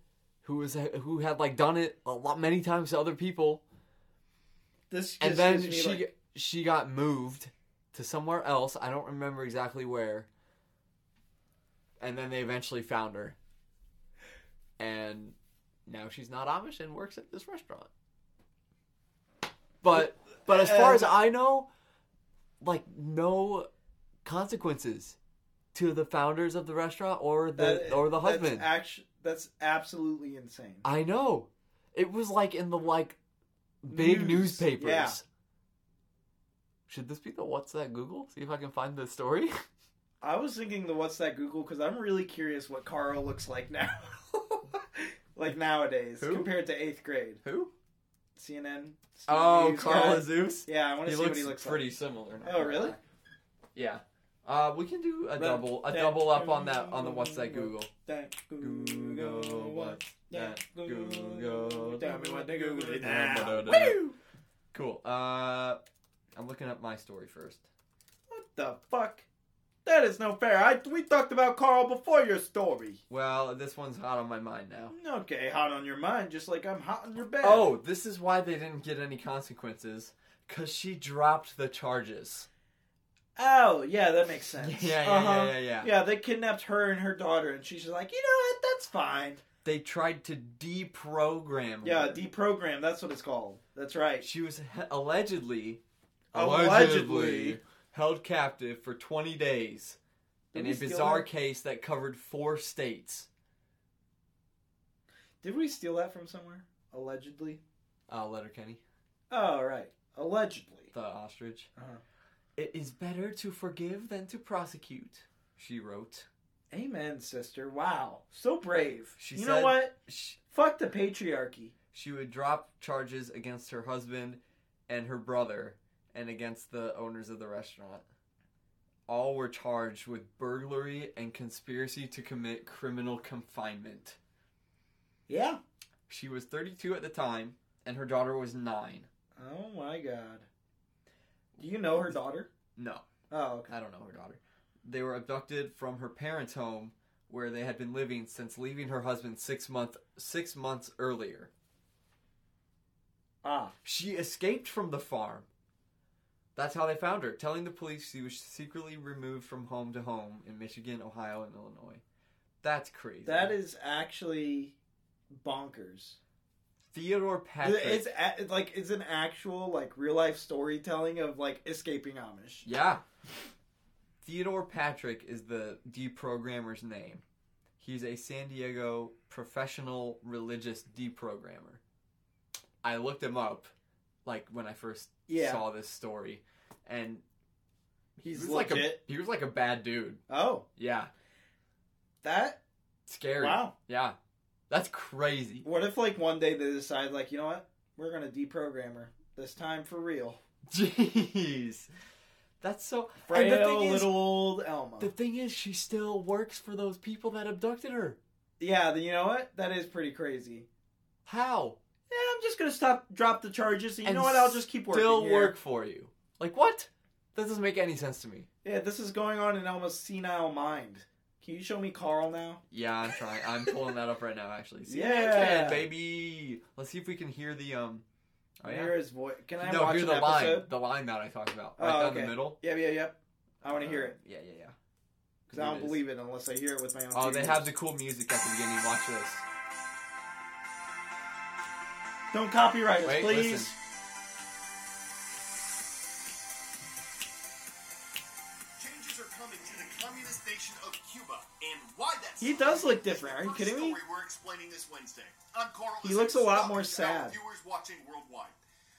who was who had like done it a lot many times to other people,
This
and
just gives me,
then she
like,
she got moved to somewhere else. I don't remember exactly where. And then they eventually found her, and now she's not Amish and works at this restaurant. But but as far as I know, like no consequences to the founders of the restaurant or the
that-
or the
that's
husband.
actu- that's absolutely insane.
I know. It was like in the like big
News,
newspapers.
yeah.
Should this be the what's that Google? See if I can find the story.
I was thinking the what's that Google because I'm really curious what Carl looks like now, like nowadays
Who?
compared to eighth grade.
Who?
CNN.
Oh,
News
Carl
guy.
Azus.
Yeah, I want
He
to see
looks,
what he looks
pretty
like.
similar. not
Oh,
gonna
really?
lie. Yeah. Uh, we can do a
That-
double a
that
double up on that on the what's that Google.
That
Google what? That Google.
Tell me what to Google it now.
Woo! Cool. Uh, I'm looking up my story first.
What the fuck? That is no fair. I we talked about Carl before your story.
Well, this one's hot on my mind now.
Okay, hot on your mind, just like I'm hot on your bed.
Oh, this is why they didn't get any consequences. Cause she dropped the charges.
oh, yeah, that makes sense.
Yeah, yeah,
Uh-huh.
yeah, yeah, yeah.
Yeah, they kidnapped her and her daughter, and she's just like, you know what? That's fine.
They tried to deprogram. her.
Yeah, deprogram. That's what it's called. That's right.
She was he- allegedly,
Allegedly.
held captive for 20 days
Did
in
we
a
steal
bizarre
that?
case that covered four states.
Did we steal that from somewhere? Allegedly.
Uh, Letterkenny,
Oh, right. Allegedly.
the ostrich.
Uh-huh.
It is better to forgive than to prosecute, she wrote.
Amen, sister. Wow, so brave.
She
you know
said-
what?
She,
Fuck the patriarchy.
she would drop charges against her husband and her brother and against the owners of the restaurant. All were charged with burglary and conspiracy to commit criminal confinement.
Yeah.
She was 32 at the time, and her daughter was 9.
Oh my god. Do you know her daughter?
No,
Oh, okay.
I don't know her daughter. They were abducted from her parents' home where they had been living since leaving her husband 6 month 6 months earlier.
Ah,
She escaped from the farm. That's how they found her, telling the police she was secretly removed from home to home in Michigan, Ohio, and Illinois. That's crazy.
that is actually bonkers.
Theodore Patrick.
It's a, like it's an actual like real life storytelling of like escaping Amish.
Yeah. Theodore Patrick is the deprogrammer's name. He's a San Diego professional religious deprogrammer. I looked him up, like when I first
Yeah.
saw this story, and he
He's
was
legit.
like a he was like a bad dude.
oh,
Yeah,
that
scary.
wow.
Yeah, that's crazy.
What if like one day they decide like you know what we're gonna deprogram her this time for real?
Jeez, that's so. and the
Frail
thing is,
little old Elma.
the thing is, she still works for those people that abducted her.
Yeah, then you know what? That is pretty crazy.
How?
Yeah, I'm just gonna stop, drop the charges. And you
And
know what? I'll just keep working.
still
here.
work for you. Like what? That doesn't make any sense to me.
Yeah, this is going on in Elma's senile mind. Can you show me Carl now?
Yeah, I'm trying. I'm pulling that up right now, actually. See,
Yeah.
yeah, baby. Let's see if we can hear the um. Oh
Hear
yeah.
his voice. Can I
no,
watch
hear
an
the
episode?
line. The line that I talked about,
Oh,
right down
okay.
the middle.
Yep, yep, yep. I want to hear it
Yeah, yeah, yeah.
because I don't
Uh, It is.
believe it unless I hear it with my own.
Oh, they
ears.
have the cool music at the beginning. Watch this.
Don't copyright us,
Wait,
please.
listen.
Changes are coming to the communist nation of Cuba, and why that's
He does look different. Are you
First
kidding me?
story We're explaining this Wednesday. I'm Carl.
He
Lizzie,
looks a lot
welcome
more
to our
sad.
Viewers watching worldwide.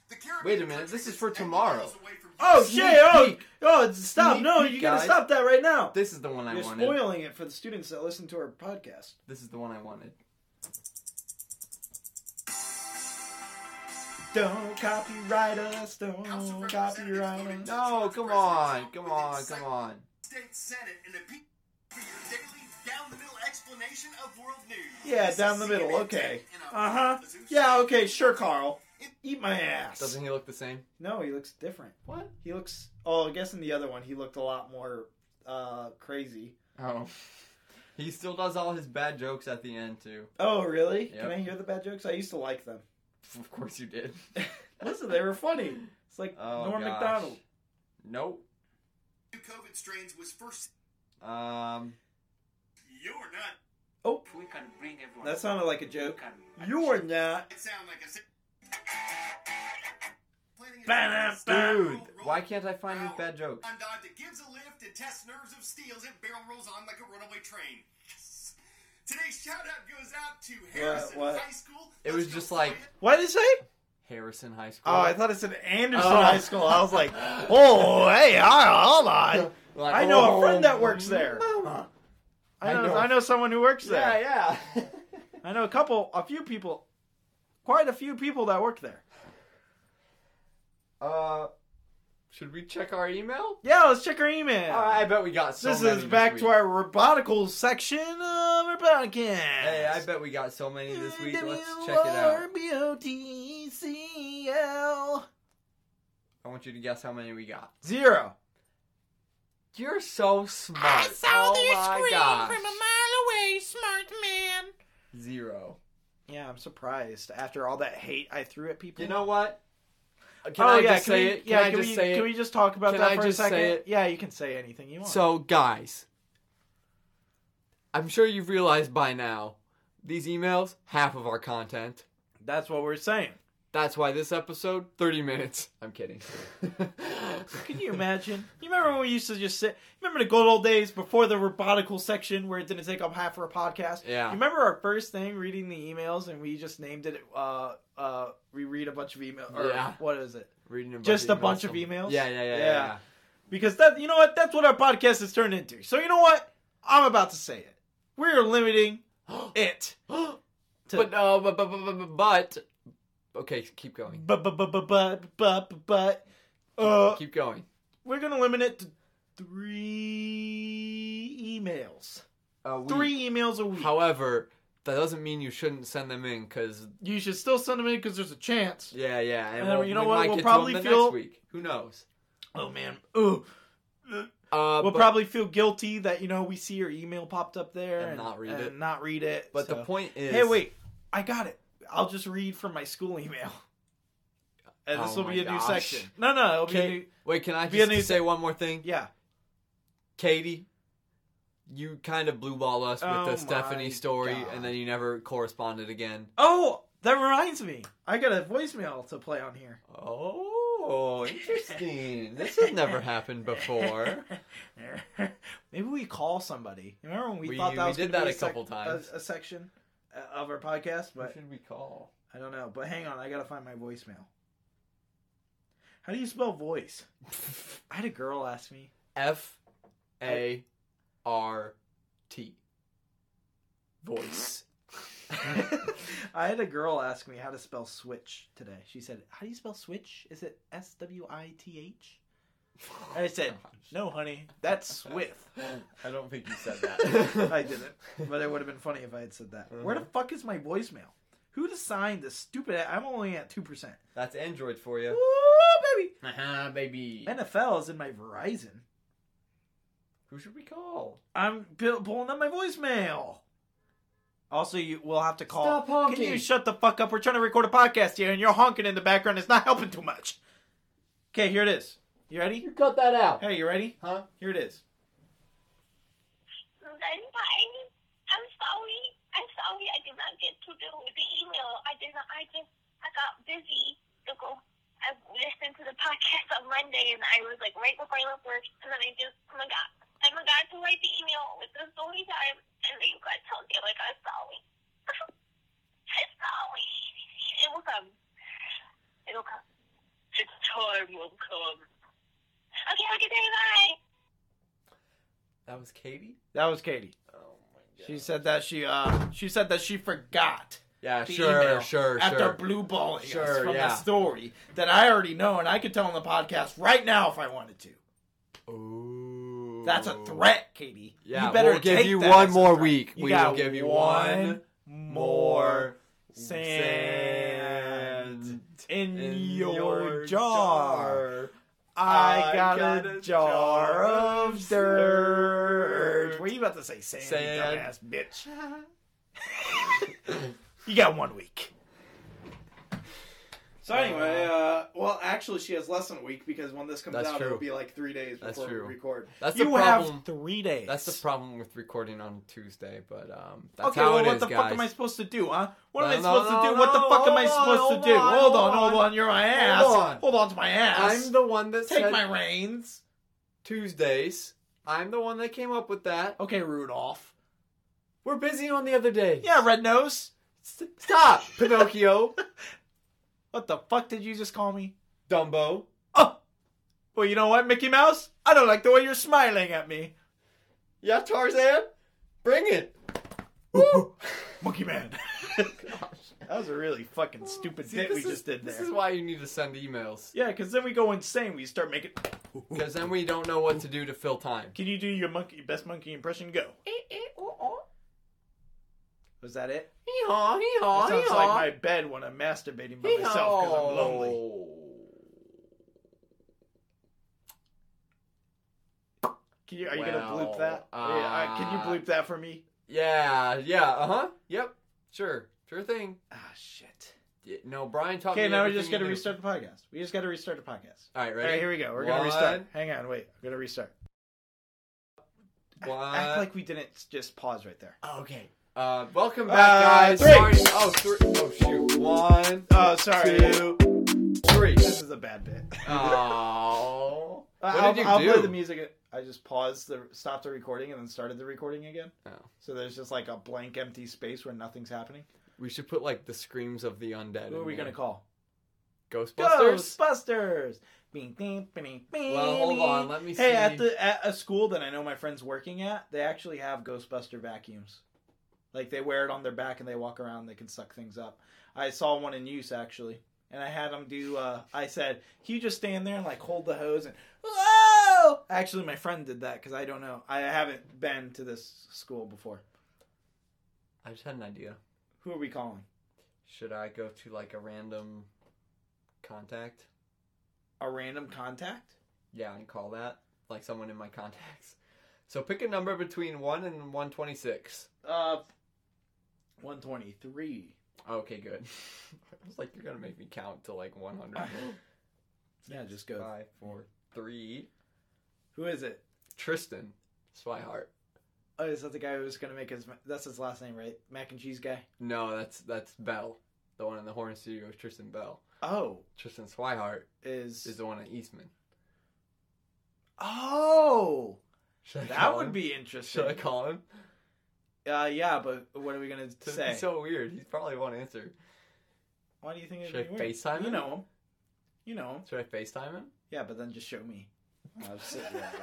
The Caribbean
Wait a minute,
country
this is for
ending
tomorrow.
miles away from
Oh
Sneak
shit! Oh,
peek.
oh, stop!
Sneak
no,
peek,
you gotta
guys.
stop that right now.
This is the one I
You're
wanted.
spoiling it for the students that listen to our podcast.
This is the one I wanted.
Don't copyright us.
House of
Don't
Representatives
copyright
voted
us.
to
No,
President
come
Trump
on, come
within
on, come
seconds.
on.
State Senate and a peek for your daily down the middle explanation of world news.
Yeah,
This
down
is
the middle.
CNN
Okay.
Tech in a-
Uh huh. Yeah. Okay. Sure, Carl. Eat my ass.
Doesn't he look the same?
No, he looks different.
What?
He looks. Oh, I guess in the other one he looked a lot more uh crazy.
Oh. He still does all his bad jokes at the end too.
Oh, really?
Yep.
Can I hear the bad jokes? I used to like them.
Of course you did.
Listen, they were funny. It's like
Oh,
Norm
gosh.
Macdonald.
Nope.
New COVID strains was first.
Um,
You're not.
Oh,
We can bring everyone.
that sounded like a
We
joke.
can.
You're not.
It sound like a. si- Planning a-
Badass
dude, why can't I find these bad jokes?
On Dodge that gives a lift and tests nerves of steels and barrel rolls on like a runaway train. Yes. Today's shout out goes out to Harrison
what?
High School.
It was just like
What did it say?
Harrison High School.
Oh, I thought it said Anderson
Oh.
High School. I was like, oh, hey, hold on.
Like,
I know a
oh,
friend that works there.
Mama.
I
I
know,
know.
I know someone who works there.
Yeah, yeah.
I know a couple, a few people, quite a few people that work there.
uh, should we check our email?
Yeah, let's check our email.
Oh, I bet we got so
this
many
is back to
week.
our robotical section of our podcast.
Hey, I bet we got so many this week. Let's check it out.
W-O-R-B-O-T-C-L.
I want you to guess how many we got.
Zero.
You're so smart.
I saw
oh
this
my
screen
gosh.
from a mile away, smart man.
Zero.
Yeah, I'm surprised after all that hate I threw at people.
You know what? Uh, Can
oh,
I
yeah,
just
can
say
we,
it? Can
yeah,
I
can
just
we,
say
Can
it?
we just talk about
Can
that
I
for
just
a
say
second?
it?
Yeah, you can say anything you want.
So, guys, I'm sure you've realized by now these emails, half of our content.
that's what we're saying.
That's why this episode, 30 minutes. I'm kidding.
Can you imagine? You remember when we used to just sit? Remember the good old days before the robotical section where it didn't take up half of our podcast?
Yeah.
You remember our first thing reading the emails and we just named it, uh, uh, we read a bunch of emails. Or
Yeah.
what is it?
Reading a bunch
Just
of
a bunch
emails
of
from-
emails?
Yeah, yeah, yeah, yeah.
Yeah.
yeah.
Because that, you know what? That's what our podcast has turned into. So you know what? I'm about to say it. We're limiting it. to-
but no, but, but, but, but, but, okay, keep going.
But, but, but, but, but, but, but, uh,
keep going.
we're going to limit it to three emails.
Uh, we-
Three emails a week.
However, that doesn't mean you shouldn't send them in because
you should still send them in because there's a chance.
yeah, yeah, and,
And
we'll,
Uh, you know
we
what?
might
We'll
get
probably
to them the
feel-
next week. Who knows?
Oh man, ooh,
Uh,
we'll
but,
probably feel guilty that you know we see your email popped up there
And not read it.
and not read it.
but the
so-
point is,
hey, wait, I got it. I'll just read from my school email, and this
Oh
will be
my
a new
gosh.
section. No, no, it'll be a
Kate-
new.
wait, can I
be a
just
new-
say one more thing?
Yeah,
Katie, you kind of blew ball us with
Oh my
the Stephanie story,
God.
and then you never corresponded again.
Oh, that reminds me. I got a voicemail to play on here.
Oh, interesting. this has never happened before.
Maybe we call somebody. Remember when we,
We-
thought that
we
was
did
gonna
that
be
a couple times.
a, a section uh, of our podcast? But
should we call?
I don't know. But hang on, I gotta find my voicemail. How do you spell voice? I had a girl ask me.
F A R T. Voice.
I had a girl ask me how to spell switch today. She said, "How do you spell switch? Is it S W I T H?" And I said, "No, honey, that's Swift."
I don't think you said that.
I didn't, but it would have been funny if I had said that. Where the fuck is my voicemail? Who designed this stupid? a- I'm only at two percent.
That's Android for you.
Ooh, baby.
Uh-huh, baby.
NFL is in my Verizon.
Who should we call?
I'm pu- pulling up my voicemail. Also, you will have to call.
Stop honking.
Can you shut the fuck up? We're trying to record a podcast here, and you're honking in the background. It's not helping too much. Okay, here it is. You ready?
cut that out.
Hey, you ready?
Huh?
Here it is.
Valentine, I'm sorry. I'm sorry I did not get to the, the email. I did not, I just, I got busy to go. I listened to the podcast on Monday and I was like right before I left work and then I just, oh my god. I forgot to write the email with the story time and then you guys told me like I'm sorry. I'm sorry. It will come. It'll come. The time will come. Okay, have a good day, bye.
That was Katie?
That was Katie.
Oh my god.
She said that she uh she said that she forgot
Yeah,
the
sure,
email
sure,
after
sure.
blue balling us
Sure,
from
yeah.
the story that I already know and I could tell on the podcast right now if I wanted to.
Ooh.
That's a threat, Katie.
Yeah,
you better
we'll give
take
you
that
one
as a
more
threat.
week.
You
We
got
will give you
one
one
more sand,
Sand
in,
in
your, jar.
jar.
I
I
got,
got
a,
a
jar
jar
of
of
dirt.
dirt.
Were you about to say sand,
Sand.
you dumbass bitch? you got one week. So anyway, uh, well, actually, she has less than a week because when this comes
That's
out,
true.
it'll be like three days
That's
before we
true.
record.
That's the
you
problem.
have three days.
That's the problem with recording on Tuesday, but um, that's
okay,
how
well,
it
what
is,
the
guys.
fuck am I supposed to do, huh? What am
No,
I
no,
supposed
no,
to do? what the
no,
fuck am I
hold on,
supposed
hold
to do?
on,
hold on,
hold
hold
on.
on, you're my ass.
Hold on.
Hold on to my ass.
I'm the one that
Take
said
my reins.
Tuesdays. I'm the one that came up with that.
Okay, Rudolph.
We're busy on the other day.
Yeah, Red Nose.
Stop, Pinocchio,
What the fuck did you just call me?
Dumbo.
Oh! Well, you know what, Mickey Mouse? I don't like the way you're smiling at me.
Yeah, Tarzan. Bring it.
Monkey Man. that was a really fucking stupid
See,
bit
this
we
is-
just did
This
there.
is why you need to send emails
Yeah, because then we go insane. We start making.
because then we don't know what to do to fill time.
Can you do your monkey best monkey impression? Go. oh, Was that it?
Hee haw, hee
That
haw,
sounds like my bed when I'm masturbating by myself because I'm lonely. Can you, are you gonna
Well,
bloop that? yeah, I- can you
uh,
bloop that for me?
Yeah, yeah, uh huh. Yep, sure, sure thing.
Ah, shit.
Yeah, no, Brian taught me.
Okay, now we
everything
just
you
gotta
knew.
restart the podcast. We just gotta restart the podcast.
All right,
All right,
ready?
here we go. We're gonna restart.
One.
Hang on, wait. I'm gonna restart.
One.
Act like we didn't just pause right there.
oh, okay. Uh, welcome back,
Uh,
guys.
three.
Sorry. Oh, three. Oh, shoot. One,
Oh, sorry.
two, three.
This is a bad bit. Uh,
Oh. What
I'll,
did you
I'll
do?
play the music. I just paused the stopped the recording and then started the recording again.
Oh.
So there's just like a blank empty space where nothing's happening.
We should put like the screams of the undead.
Who are
in
we
there.
gonna call?
Ghostbusters?
Ghostbusters. Bing, bing, bing, bing,
Well, hold
bing.
on. Let me see.
Hey, at the at a school that I know my friends working at, they actually have Ghostbuster vacuums. Like they wear it on their back and they walk around. They can suck things up. I saw one in use actually, and I had them do. Uh, I said, "Can you just stand there and like hold the hose and?" Whoa! Actually, my friend did that because I don't know. I haven't been to this school before.
I just had an idea.
Who are we calling?
Should I go to like a random contact?
A random contact?
Yeah, and call that like someone in my contacts. So pick a number between one and one twenty six.
Uh, one twenty three.
Okay, good. I was like, you're gonna make me count to like one hundred.
Yeah, just go.
Five, four, three.
Who is it?
Tristan Swihart.
Oh, is that the guy who was gonna make his? That's his last name, right? Mac and cheese guy.
No, that's that's Bell. The one in the Horn Studio is Tristan Bell.
Oh,
Tristan Swihart
is,
is the one at Eastman.
oh
Should I
that
call
would
him?
be
Should I
interesting.
call him?
Uh, yeah, but what are we gonna
It's
say?
so weird. He probably won't answer.
Why do you think? it'd
Should
be
I
weird?
FaceTime
You
him?
know him. You know him.
Should I FaceTime him?
Yeah, but then just show me. I was sitting there, I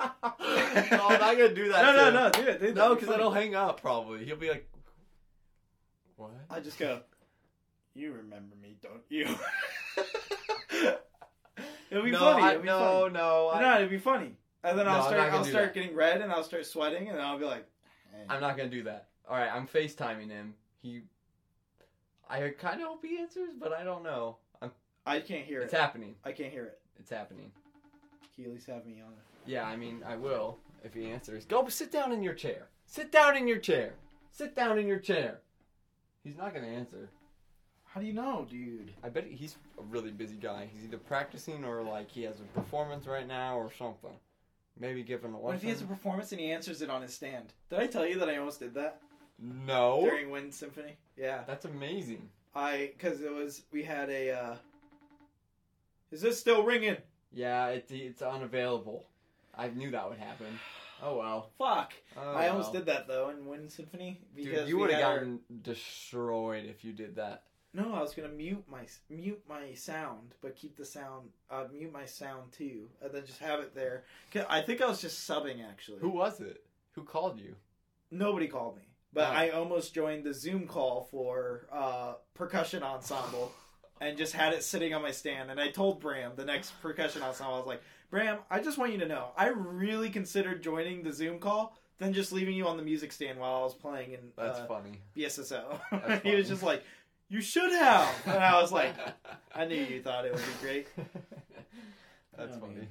guess.
no, I'm not gonna do Oh, that.
no, no,
to
no,
him.
dude, dude
no,
that'd be
because it'll
funny.
hang up probably. He'll be like, "What?"
I just go. You remember me, don't you? it'll be
no,
funny.
I,
it'll be
no,
funny.
no, I,
no, it'd be funny. And then
No,
I'll
I'm not
start.
gonna
I'll
do
start
that.
getting red, and I'll start sweating, and then I'll be like, "Hey."
I'm not gonna do that. All right, I'm FaceTiming him. He, I kind of hope he answers, but I don't know. I'm,
I can't hear
it's
it.
happening.
I can't hear it.
It's happening.
Can you at least have me on it?
Yeah, I mean, I will if he answers. Go sit down in your chair. Sit down in your chair. Sit down in your chair. He's not gonna answer.
How do you know, dude?
I bet he's a really busy guy. He's either practicing or like he has a performance right now or something. Maybe giving a
What if he has a
lesson.
performance and he answers it on his stand? Did I tell you that I almost did that
No.
during Wind Symphony? Yeah,
That's amazing.
I because it was we had a. uh Is this still ringing?
Yeah, it, it's unavailable. I knew that would happen. Oh well.
Fuck!
Oh,
I almost
well.
did that though in Wind Symphony because
Dude, you
we
would have
had our-
gotten destroyed if you did that.
No, I was gonna mute my mute my sound, but keep the sound uh, mute my sound too, and then just have it there. 'Cause I think I was just subbing actually.
Who was it? Who called you?
Nobody called me, but
No.
I almost joined the Zoom call for uh, percussion ensemble and just had it sitting on my stand. And I told Bram, the next percussion ensemble, I was like, Bram, I just want you to know, I really considered joining the Zoom call than just leaving you on the music stand while I was playing in
That's
uh,
funny.
BSSO.
That's
he was
funny.
just like, you should have. Oh, And I was like, I knew you thought it would be great.
That's
Oh,
funny.
man.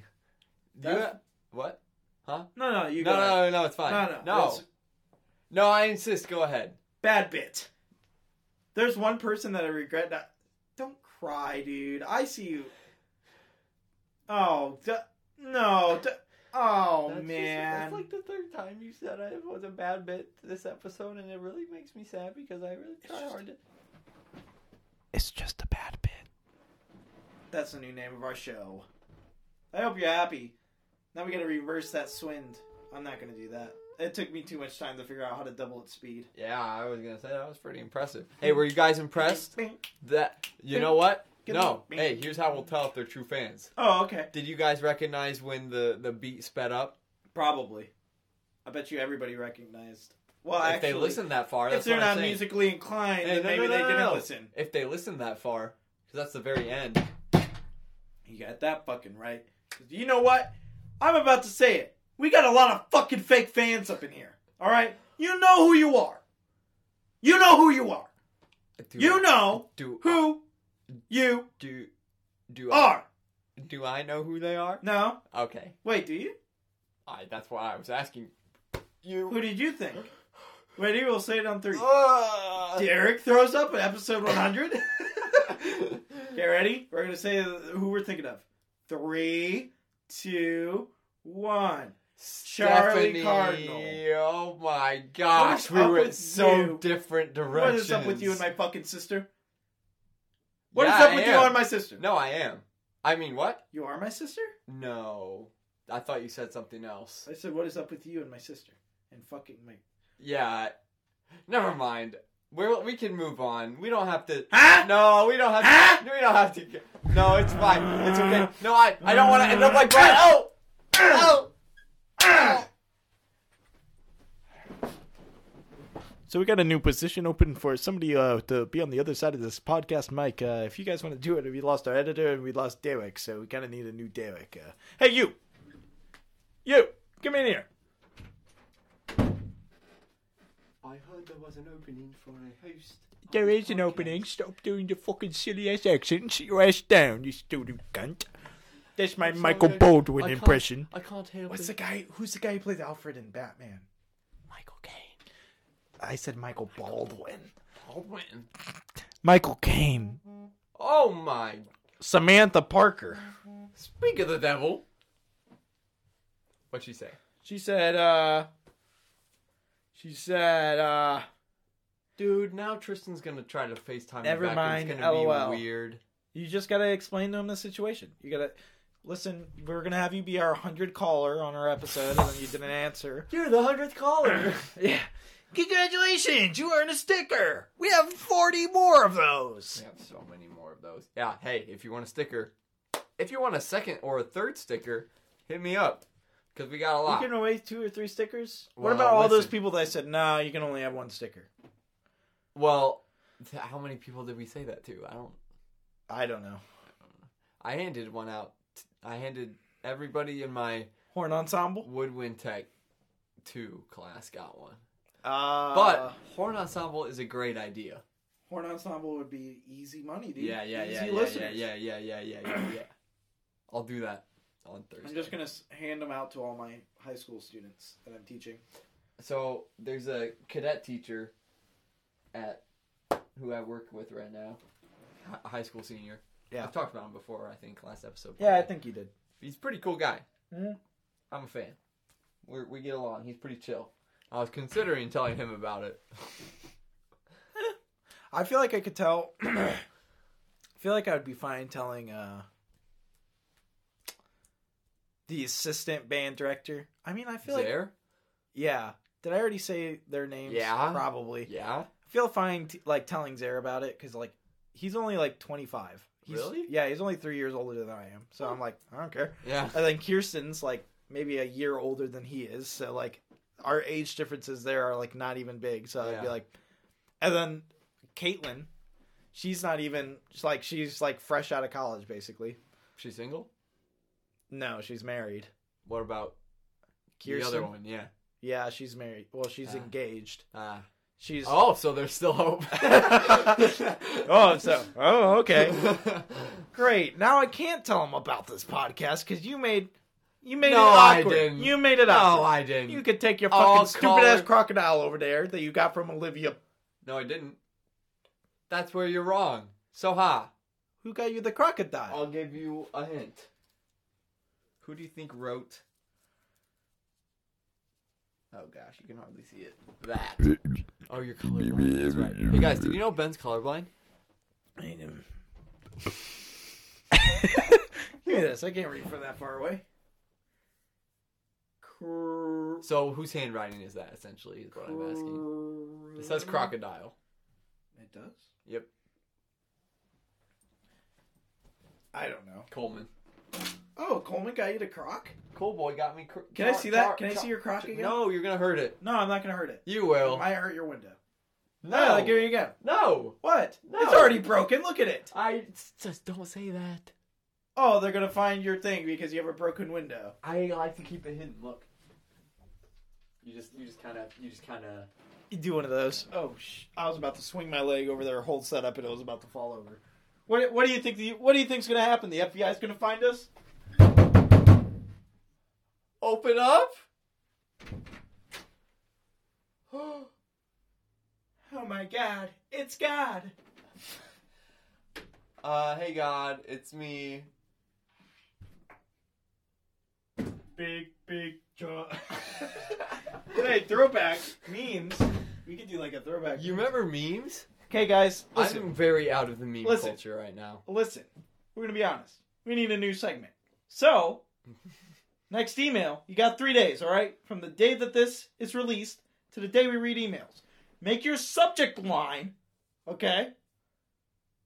You
That's-
ha- what?
No, no, you
no,
got
no, no, no, it's fine.
No, no,
no,
it's-
no. I insist. Go ahead.
bad bit. There's one person that I regret not. Don't cry, dude. I see you. Oh, d- no. D- oh,
That's just-
man.
that's like the third time you said it was a bad bit this episode, and it really makes me sad because I really try hard to.
It's just a bad bit.
That's the new name of our show. I hope you're happy. Now we gotta reverse that swind. I'm not gonna do that. It took me too much time to figure out how to double its speed.
Yeah, I was gonna say that was pretty impressive. Hey, were you guys impressed?
Bing.
That you know what?
Give
No.
me-
Hey, here's how we'll tell if they're true fans.
Oh, okay.
Did you guys recognize when the the beat sped up?
Probably. I bet you everybody recognized. Well,
if
actually,
they listened that far,
if
that's
they're
what I'm
not
saying.
musically inclined,
Hey,
then
no,
maybe
no, no,
they
no,
didn't
no.
listen.
If they listened that far, because that's the very end.
You got that fucking right. 'Cause You know what? I'm about to say it. We got a lot of fucking fake fans up in here. All right? You know who you are. You know who you are.
Do
you
I-
know
do
who Oh. you
do do I,
are.
do I know who they are?
No?
Okay.
Wait, do you?
I, that's why I was asking you.
Who did you think? Ready? We'll say it on three.
Ah!
Derek throws up at episode 100. okay, ready? We're gonna say who we're thinking of. Three, two, one. Charlie
Stephanie,
Cardinal.
Oh my gosh,
is
we
up
went
with
so
you?
different
What
directions.
is up with you and my fucking sister?
What
What
is
is up with you and my sister?
No, I am. I mean, what?
You are my sister?
No, I thought you said something else.
I said, what is up with you and my sister? And fucking my.
Yeah, never mind. We're, we can move on. We don't have to.
Huh?
No, we don't have.
Huh?
To, we don't have to. No, it's fine. It's okay. No, I I don't want to end up like Brad. Oh, oh.
So we got a new position open for somebody uh, to be on the other side of this podcast mic. Uh, if you guys want to do it, we lost our editor and we lost Derek, so we kind of need a new Derek. Uh, hey, you! You! Come in here!
I heard there was an opening for a host.
There is an opening. Stop doing the fucking silly ass accent. Sit your ass down, you stupid cunt. That's my Michael Baldwin impression.
I can't help
What's the guy? Who's the guy who plays Alfred in Batman?
Michael Caine. I said Michael Baldwin.
Baldwin.
Michael Caine.
Oh my!
Samantha Parker.
Speak of the devil. What'd she say?
She said, uh. She said, uh.
Dude, now Tristan's gonna try to FaceTime. me
Never
back and
mind, Oh,
It's gonna
LOL.
be weird.
You just gotta explain to him the situation. You gotta. Listen, we're gonna have you be our 100 caller on our episode, and then you didn't answer.
You're the hundredth caller.
Yeah.
Congratulations! You earned a sticker! We have 40 more of those!
We have so many more of those. Yeah, hey, if you want a sticker, if you want a second or a third sticker, hit me up because we got a
You
lot.
can away two or three stickers?
Well,
what about all those
listen.
people that I said, nah, you can only have one sticker?
Well, th- how many people did we say that to? I don't.
I don't know.
I handed one out. t- I handed everybody in my
Horn Ensemble?
woodwind tech two class got one.
Uh,
But horn ensemble is a great idea.
Horn Ensemble would be easy money, dude.
Yeah, yeah,
easy
yeah, yeah, yeah,
listeners.
yeah, yeah, yeah, yeah, yeah, yeah. I'll do that on Thursday.
I'm just gonna s- hand them out to all my high school students that I'm teaching.
So there's a cadet teacher at who I work with right now, hi- high school senior.
Yeah.
I've talked about him before. I think last episode.
Yeah, I
probably.
think you did.
he's a pretty cool guy.
Mhm.
I'm a fan. We're, we get along. He's pretty chill. I was considering telling him about it.
I feel like I could tell. I feel like I would be fine telling uh, the assistant band director. I mean, I feel like
there,
yeah. Did I already say their names?
Yeah.
probably.
yeah.
I feel fine t- like telling Zare about it because like he's only like 25. He's,
Really? Oh.
Yeah, he's only three years older than I am. So I'm like, I don't care.
Yeah.
And then Kirsten's like maybe a year older than he is, so like our age differences there are like not even big. So I'd be
Yeah.
like, and then Caitlin, she's not even she's like she's like fresh out of college basically.
She's single.
No, she's married.
What about
Kirsten,
the other one? Yeah.
yeah, she's married. Well, she's
Ah.
engaged.
Uh,
She's
oh, so there's still hope.
oh, so oh, okay, great. Now I can't tell him about this podcast because you made you made
No,
it
I
awkward.
didn't.
You made it
no,
awkward.
I didn't.
You could take your
I'll
fucking
call
stupid ass
her-
crocodile over there that you got from Olivia.
No, I didn't. That's where you're wrong. So ha.
Who got you the crocodile?
I'll give you a hint. Who do you think wrote? Oh gosh, you can hardly see it. That. Oh, you're colorblind. That's right. Hey guys, did you know Ben's colorblind?
Give me this. I can't read from that far away. Cro-
So whose handwriting is that? Essentially, is what I'm asking. It says crocodile.
It does.
Yep,
I don't know.
Coleman.
Oh, Coleman got you the croc.
Cool boy got me. Cr-
Can I
car-
see that?
car-
Can I
car-
see your croc again?
No, you're gonna hurt it.
no, I'm not gonna hurt it.
You will.
It might hurt your window.
No.
Yeah, like, here you go.
no.
What?
No.
It's already broken. Look at it.
I just don't say that.
Oh, they're gonna find your thing because you have a broken window.
I like to keep it hidden. Look. You just you just kind of you just kind of
You do one of those. Oh, sh- I was about to swing my leg over their whole setup, and it was about to fall over. What, what do you think? The, what do you think's going to happen? The FBI's going to find us?
open up?
Oh my god, it's God.
Uh, hey God, it's me.
Big, big jaw. hey, throwback memes. We could do like a throwback.
You remember memes?
Okay, guys, listen.
I'm very out of the meme
Listen.
culture right now.
listen, we're going to be honest. We need a new segment. So, next email, you got three days, all right? From the day that this is released to the day we read emails. Make your subject line, okay?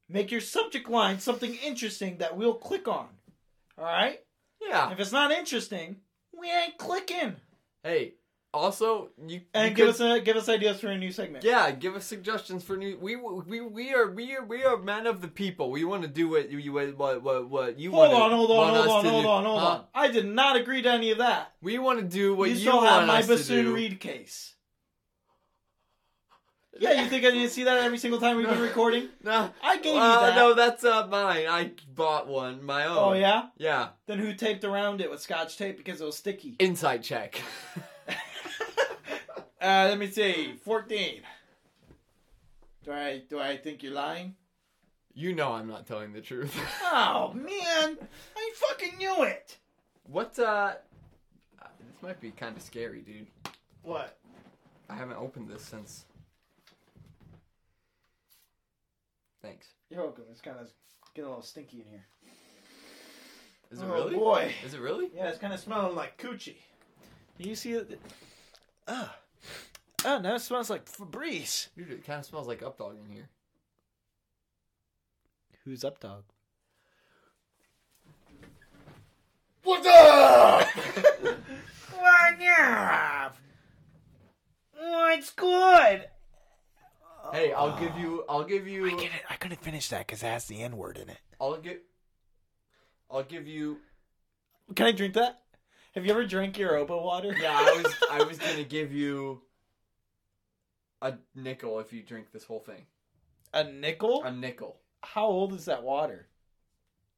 Make your subject line something interesting that we'll click on, all right?
Yeah.
If it's not interesting, we ain't clicking.
Hey, also you
And
you
give
could-
us a, give us ideas for a new segment.
yeah, give us suggestions for new. We we we are we are we are men of the people. We want to do what you you- what what what you
Hold
wanna-
on, hold on,
want
hold
us
on,
to
hold
do.
on, hold
Huh?
on. I did not agree to any of that.
We want to do what
you
you,
still
want
have my
us to
bassoon
do.
reed case. Yeah, you think I didn't see that every single time we've been recording?
Nah,
I gave you
uh,
that.
No, that's not mine. I bought one my own.
Oh yeah.
Yeah.
Then who taped around it with scotch tape because it was sticky?
Insight check.
Uh, let me see. Fourteen. Do I do I think you're lying?
you know I'm not telling the truth.
Oh man, I fucking knew it.
what? Uh, this might be kind of scary, dude.
What?
I haven't opened this since. Thanks.
You're welcome. It's kind of getting a little stinky in here.
Is it
Oh,
really?
boy.
Is it really?
Yeah, it's kind of smelling like coochie. You see it? Ah, oh, now it smells like Febreze.
Dude, it kind of smells like updog in here.
Who's up, dog?
What's up?
What's good? Oh,
hey, I'll give you. I'll give you.
I couldn't finish that because it has the N word in it.
I'll get. I'll give you.
Can I drink that? Have you ever drank Europa water?
Yeah, I was. I was gonna give you a nickel if you drink this whole thing.
A nickel?
A nickel.
How old is that water?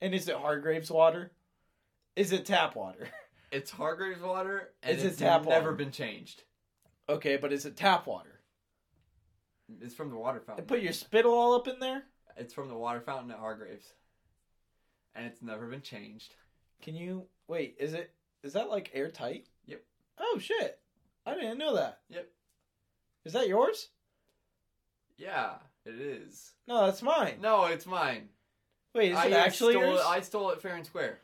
And is it Hargraves water? Is it tap water?
It's Hargraves water, and
It's
it's,
a tap water.
never been changed.
Okay, but is it tap water?
It's from the water
And
fountain.
put your spittle all up in there?
It's from the water fountain at Hargraves, and it's never been changed.
Can you wait, is it is that like airtight?
Yep.
Oh shit. I didn't know that.
Yep.
Is that yours?
Yeah, it is.
No, that's mine.
No, it's mine.
Wait, is
I
it actually
stole
yours?
It,
I...
I stole it fair and square.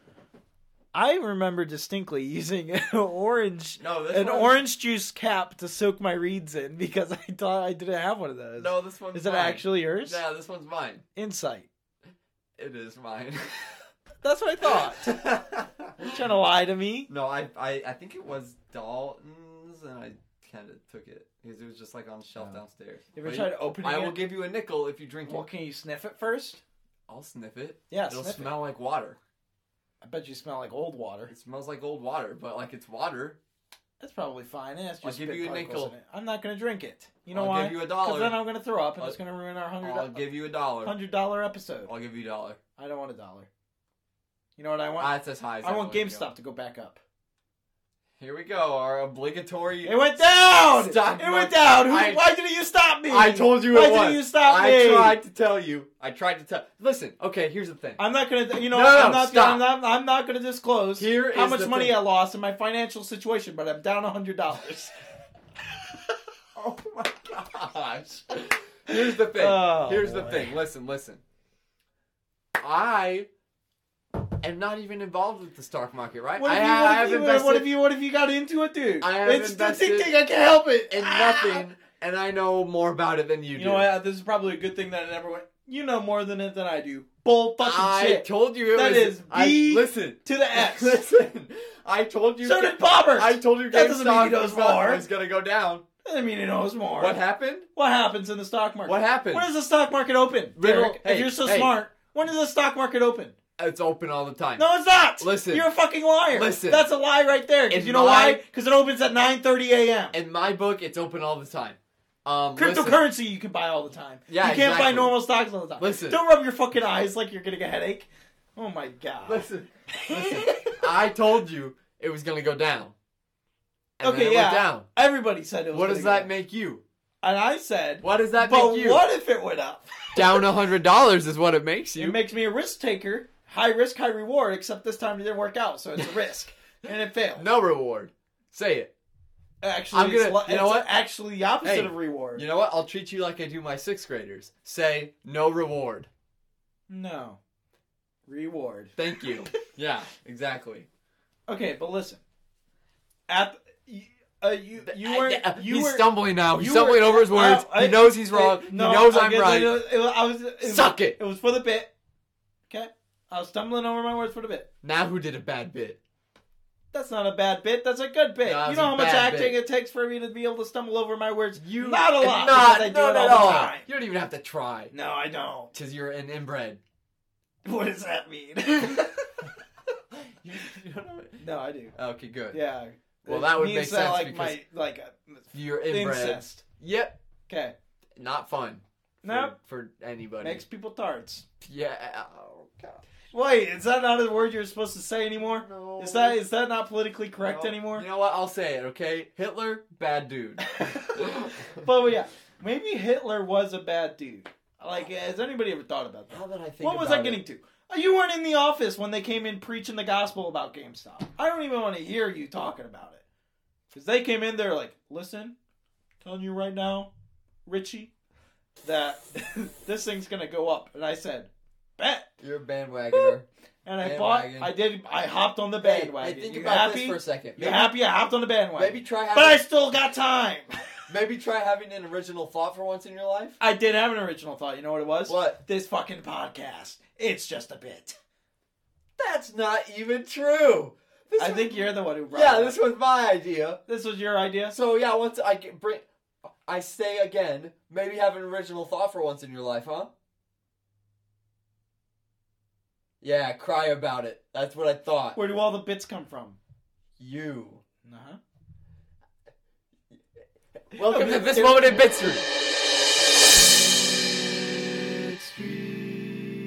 remember distinctly using an orange
No, this
an
one-
orange juice cap to soak my reeds in because I thought I didn't have one of those.
No, this one's.
Is it
mine.
actually yours?
Yeah, this one's mine.
Insight.
It is mine.
That's what I thought. You're trying to lie to me.
no, I, I, I think it was Dalton's, and I kind of took it because it was just like on the shelf downstairs.
You ever
But
tried opening
I will
it?
give you a nickel if you drink
Well,
it.
can you sniff it first?
I'll sniff it.
Yeah,
it'll
sniff it.
smell like water.
I bet you smell like old water.
It smells like old water, but like it's water.
That's probably fine. It has
I'll
just
give
spit
you a
particles
nickel.
in it. I'm not going to drink it. You know
I'll
why?
give you a dollar.
then I'm going to throw up and
I'll-
it's going to ruin our
I'll
hundred
give you a dollar.
hundred dollar episode.
I'll give you a dollar.
I don't want a dollar. You know what I want?
That's as high as
I
I'm
want
willing to
GameStop
go.
to go back up.
Here we go. Our obligatory.
It went down.
Stock
it went
market.
down. Who,
I-
why didn't you stop me?
I told you
Why
it was.
didn't you stop
I
me?
tried to tell you. I tried to tell. Listen. Okay. Here's the thing.
I'm not gonna. You know,
No,
what?
no,
I'm, not,
stop.
I'm not. I'm not gonna disclose
Here
how
is
much
the
money
thing.
I lost in my financial situation, but I'm down hundred dollars.
Oh my gosh. Here's the thing.
Oh,
Here's the
boy.
thing. Listen, listen. I am not even involved with the stock market, right?
What
I,
if you?
I
What
have
if you? uh,
invested
What if you? What if you got into it, dude?
I have
it's the
invested
thinking. I can't help it.
in
Ah!
nothing, and I know more about it than you,
You
do.
know what? This is probably a good thing that it never went. You know more than it than I do. Bull fucking
I
shit.
told you it
That
was.
is B-
I, listen.
to the X.
Listen. I told you.
so did Bobbert.
I told you
That doesn't mean he
GameStop
knows
was not-
more.
was going to go down.
I mean, he knows more.
What happened?
What happens in the stock market?
What happened?
When does the stock market open?
Riddle-
Derek? if
hey,
you're so
hey.
smart, when does the stock market open?
It's open all the time.
No, it's not.
Listen.
you're a fucking liar.
Listen.
that's a lie right there. 'Cause
In
you know
my-
why? Because it opens at 9:30 a.m.
In my book, it's open all the time. Um, listen.
Cryptocurrency you can buy all the time.
Yeah,
you can't buy
exactly.
normal stocks all the time.
Listen.
don't rub your fucking eyes like you're getting a headache. Oh my god.
Listen, listen. I told you it was gonna go down. and
okay,
then it
yeah.
went down.
Everybody said it was.
What does that
mean?
make you?
And I said,
What does that
but
make you?
what if it went up?
Down a hundred dollars is what it makes
It
you.
makes me a risk taker, high risk, high reward. Except this time it didn't work out, so it's a risk, and it failed.
no reward. Say it.
Actually,
I'm gonna-
it's, li-
you know
it's
what?
Actually, the opposite
Hey,
of reward.
You know what? I'll treat you like I do my sixth graders. Say no reward.
No, reward.
Thank you. yeah, exactly.
Okay, but listen, at y uh, you you were you
he's
were
stumbling now. He's
you
stumbling
were-
over his words.
I-
he knows he's wrong.
No,
he knows
I
I'm
guess
right.
I, know- it was, I was- it was-
Suck it.
It was for the bit. Okay, I was stumbling over my words for the bit.
Now who did a bad bit?
That's not a bad bit. That's a good bit.
No, it
you
was
know
a
how much
bad
acting
bit.
it takes for me to be able to stumble over my words.
You
not a lot.
Not,
because I do
not
it
at
all
all.
the time.
You don't even have to try.
No, I don't.
Cause you're an inbred.
What does that mean?
You- you don't know it.
no, I do.
okay, good.
Yeah.
Well, that would
Means
make
that,
sense
like
because-
my like uh,
You're inbred.
incest.
Yep.
Okay.
Not fun. for-
Nope.
For, anybody.
Makes people tarts.
Yeah. Oh god.
Wait, is that not a word you're supposed to say anymore?
No.
Is that is that not politically correct
No.
anymore?
uh, You know what? I'll say it. Okay. Hitler, bad dude.
but yeah, maybe Hitler was a bad dude. Like, has anybody ever thought about that?
Now that I think
What was
about
I getting to? Uh, You weren't in the office when they came in preaching the gospel about GameStop. I don't even want to hear you talking about it. Because they came in there like, listen, telling you right now, Richie, that this thing's going to go up. And I said, bet.
It. You're a bandwagoner.
And I
Bandwagon.
bought, I did, I hopped on the
Hey,
bandwagon.
Hey, think
you
about
happy?
this for a second.
you
Maybe,
happy I hopped on the bandwagon?
maybe try
but I
having,
still got time.
maybe try having an original thought for once in your life.
I did have an original thought. You know what it was?
What?
This fucking podcast. It's just a bit.
That's not even true. This
I
was-
think you're the one who brought
Yeah,
it
this
up.
was my idea.
This was your idea?
So yeah, once I get bring, I say again, maybe have an original thought for once in your life, huh? Yeah, cry about it. That's what I thought.
Where do all the bits come from?
You.
Uh-huh.
Welcome to this moment in Bit Street.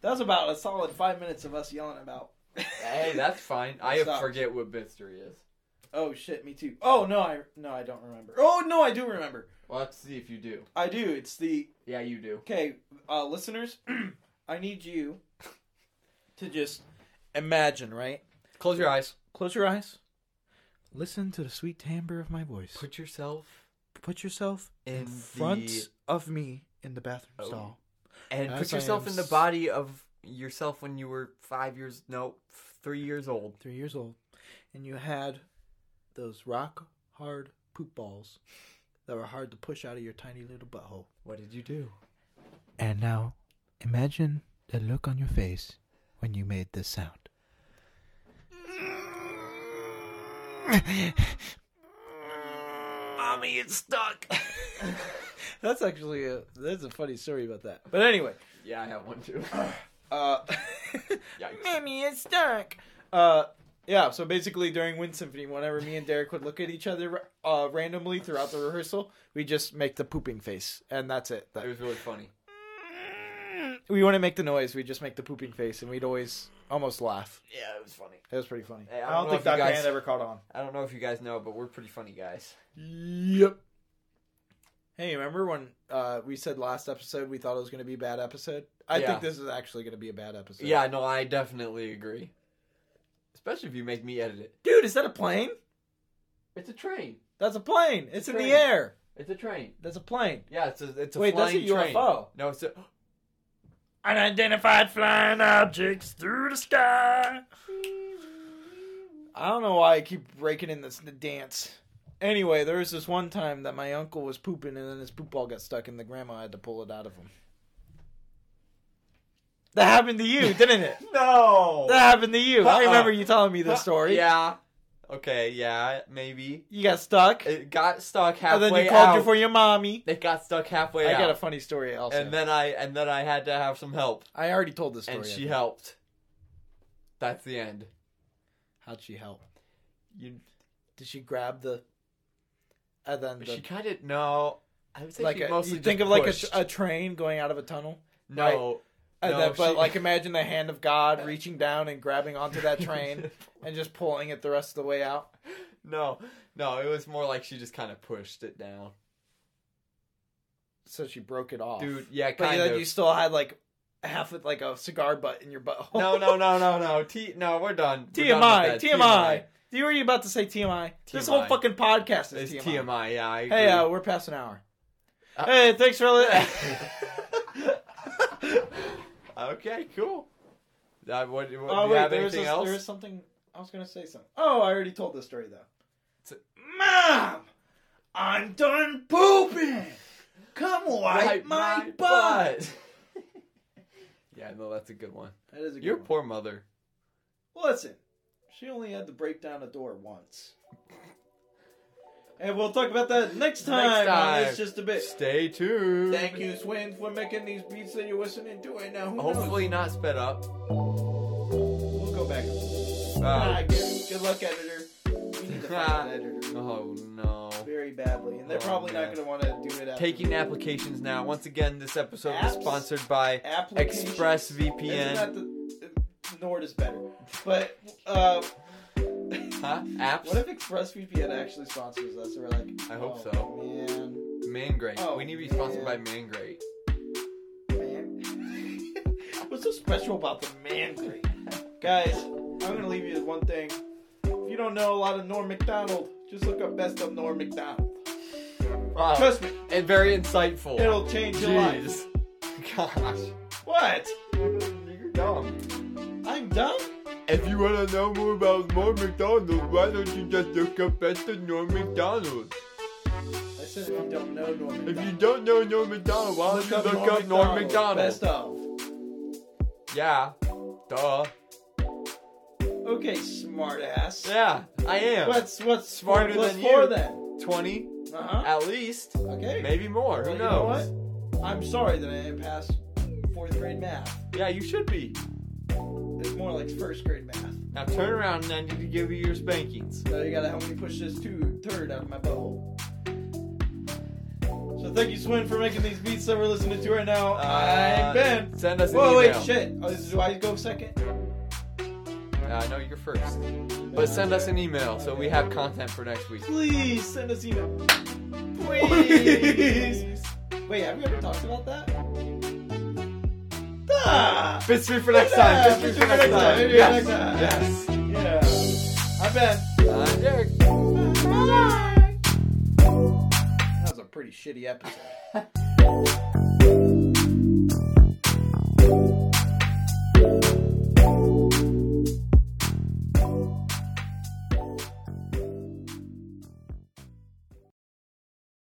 That was about a solid five minutes of us yelling about.
Hey, that's fine. I
Stop.
forget what Bit Street is.
Oh shit, me too. Oh no, I no, I don't remember. Oh no, I do remember.
Well, let's see if you do.
I do. It's the
Yeah, you do.
okay, uh, listeners. I need you to just imagine, right?
Close your eyes.
Close your eyes. Listen to the sweet timbre of my voice.
Put yourself
Put yourself
in
front
the- Oh.
of me in the bathroom stall.
and
As
put
I
yourself
am
in the
s-
body of yourself when you were five years no three years old.
three years old, and you had those rock hard poop balls that were hard to push out of your tiny little butthole.
What did you do?
And now, imagine the look on your face when you made this sound.
Mommy, it's stuck. that's actually a that's a funny story about that. But anyway,
Yeah, I have one too.
uh,
Yikes.
mommy, it's stuck. Uh, yeah. So basically, during Wind Symphony, whenever me and Derek would look at each other uh, randomly throughout the rehearsal, we just make the pooping face, and that's it. That-
It was really funny.
we wouldn't make the noise. We just make the pooping face, and we'd always almost laugh.
Yeah, it was funny.
It was pretty funny. I
Hey, I don't
don't
know
think
if you
Dr.
guys-
Hand ever caught on.
I don't know if you guys know, but we're pretty funny guys.
Yep. Hey, remember when uh, we said last episode we thought it was going to be a bad episode? I
Yeah.
think this is actually going to be a bad episode.
Yeah, no, I definitely agree. Especially if you make me edit it.
Dude, is that a plane?
It's a train.
That's a plane. It's in
Train.
the air.
It's a train.
That's a plane.
Yeah, it's a it's a
Wait, that's
flying
a
train.
UFO.
No, it's a
Unidentified flying objects through the sky.
I don't know why I keep breaking in this dance. Anyway, there was this one time that my uncle was pooping and then his poop ball got stuck and the grandma had to pull it out of him. That happened to you, didn't it?
no.
That happened to you. I
Uh-uh.
remember you telling me this story.
Yeah. Okay. Yeah. Maybe
You got stuck.
it got stuck halfway
and then you called
out.
you for your mommy.
It got stuck halfway
I
out.
got a funny story also.
and then I and then I had to have some help,
I already told this story.
and
I
she
think.
helped. That's the end.
How'd she help?
You,
Did she grab the? And then the,
she kind of no. I would say
like
she
a,
mostly
you think
just
of like
pushed.
a, a train going out of a tunnel, And
no. No,
then- but
she-
like, imagine the hand of God reaching down and grabbing onto that train and just pulling it the rest of the way out.
No, no, it was more like she just kind of pushed it down,
So she broke it off,
dude. Yeah,
But
kind
then
of.
you still had like half of like a cigar butt in your butthole.
No, no, no, no, no. T, no, we're done. We're done
TMI,
with that.
TMI. You were about to say TMI. This
TMI.
whole fucking podcast is
It's TMI.
TMI.
Yeah, I agree.
Hey, uh, we're past an hour.
Uh,
hey, thanks for li-
okay, cool. Uh, what, what, do you
Oh wait,
have
there was,
anything
this-
else?
there was something I was gonna say. Something. Oh, I already told this story though.
It's a-
Mom, I'm done pooping. Come wipe,
Wipe
my, butt.
yeah, no, that's a good one.
That is a good
Your
one.
poor mother.
Listen, she only had to break down a door once. And we'll talk about that next time. on
time.
It's just a bit.
Stay tuned.
Thank you, Swin, for making these beats that you're listening to right now. Who knows?
Hopefully not sped up.
we'll go back. Ah,
Uh,
good, good luck, editor. We need to find an editor.
oh no.
very badly, and they're
Oh,
probably
man.
not going to want to do it. After
Taking applications now. Once again, this episode was
Apps?
sponsored by
application. Isn't
ExpressVPN.
that the uh, Nord is better? But uh,
Huh? Apps?
what if ExpressVPN actually sponsors us? We're like,
I hope
oh,
so.
Man,
Mangrate.
Oh,
we need to be sponsored by
man.
Mangrate.
man. What's so special about the man crate? Guys, I'm gonna leave you with one thing. If you don't know a lot of Norm Macdonald, just look up best of Norm Macdonald.
Wow.
Trust me,
and very insightful.
it'll change your life.
Jeez. Gosh.
What?
You're dumb.
I'm done.
If you want to know more about Norm McDonald, why don't you just look up at the Norm McDonald?
I said if you don't know Norm Macdonald.
If you don't know Norm McDonald, why don't you look up Norm
Best
McDonald?
of.
Yeah. Duh.
Okay, smartass.
Yeah, I am.
What's what's
Smarter
four plus
than
four
you.
then?
20?
Uh huh.
At least.
Okay.
Maybe more.
Well,
Who
you know
knows?
what? I'm sorry that I didn't pass fourth grade math.
Yeah, you should be.
It's more like first grade math.
Now turn around and I need to give you your spankings.
Now you gotta help me push this two third out of my butthole. So thank you, Swin, for making these beats that we're listening to right now.
Uh,
I'm Ben.
Send us an
Whoa,
email.
wait, shit. Oh, is- do I go second?
Uh, no, you're first. But send us an e- email so we have content for next week.
Please send us email.
Please.
Wait, have we ever talked about that? Ah!
Fits me for next time.
Yeah,
Fits
fits
me for next time.
Maybe
Yes.
next time.
Yes.
Yeah. I bet.
I'm Uh, Derek.
That was a pretty shitty episode.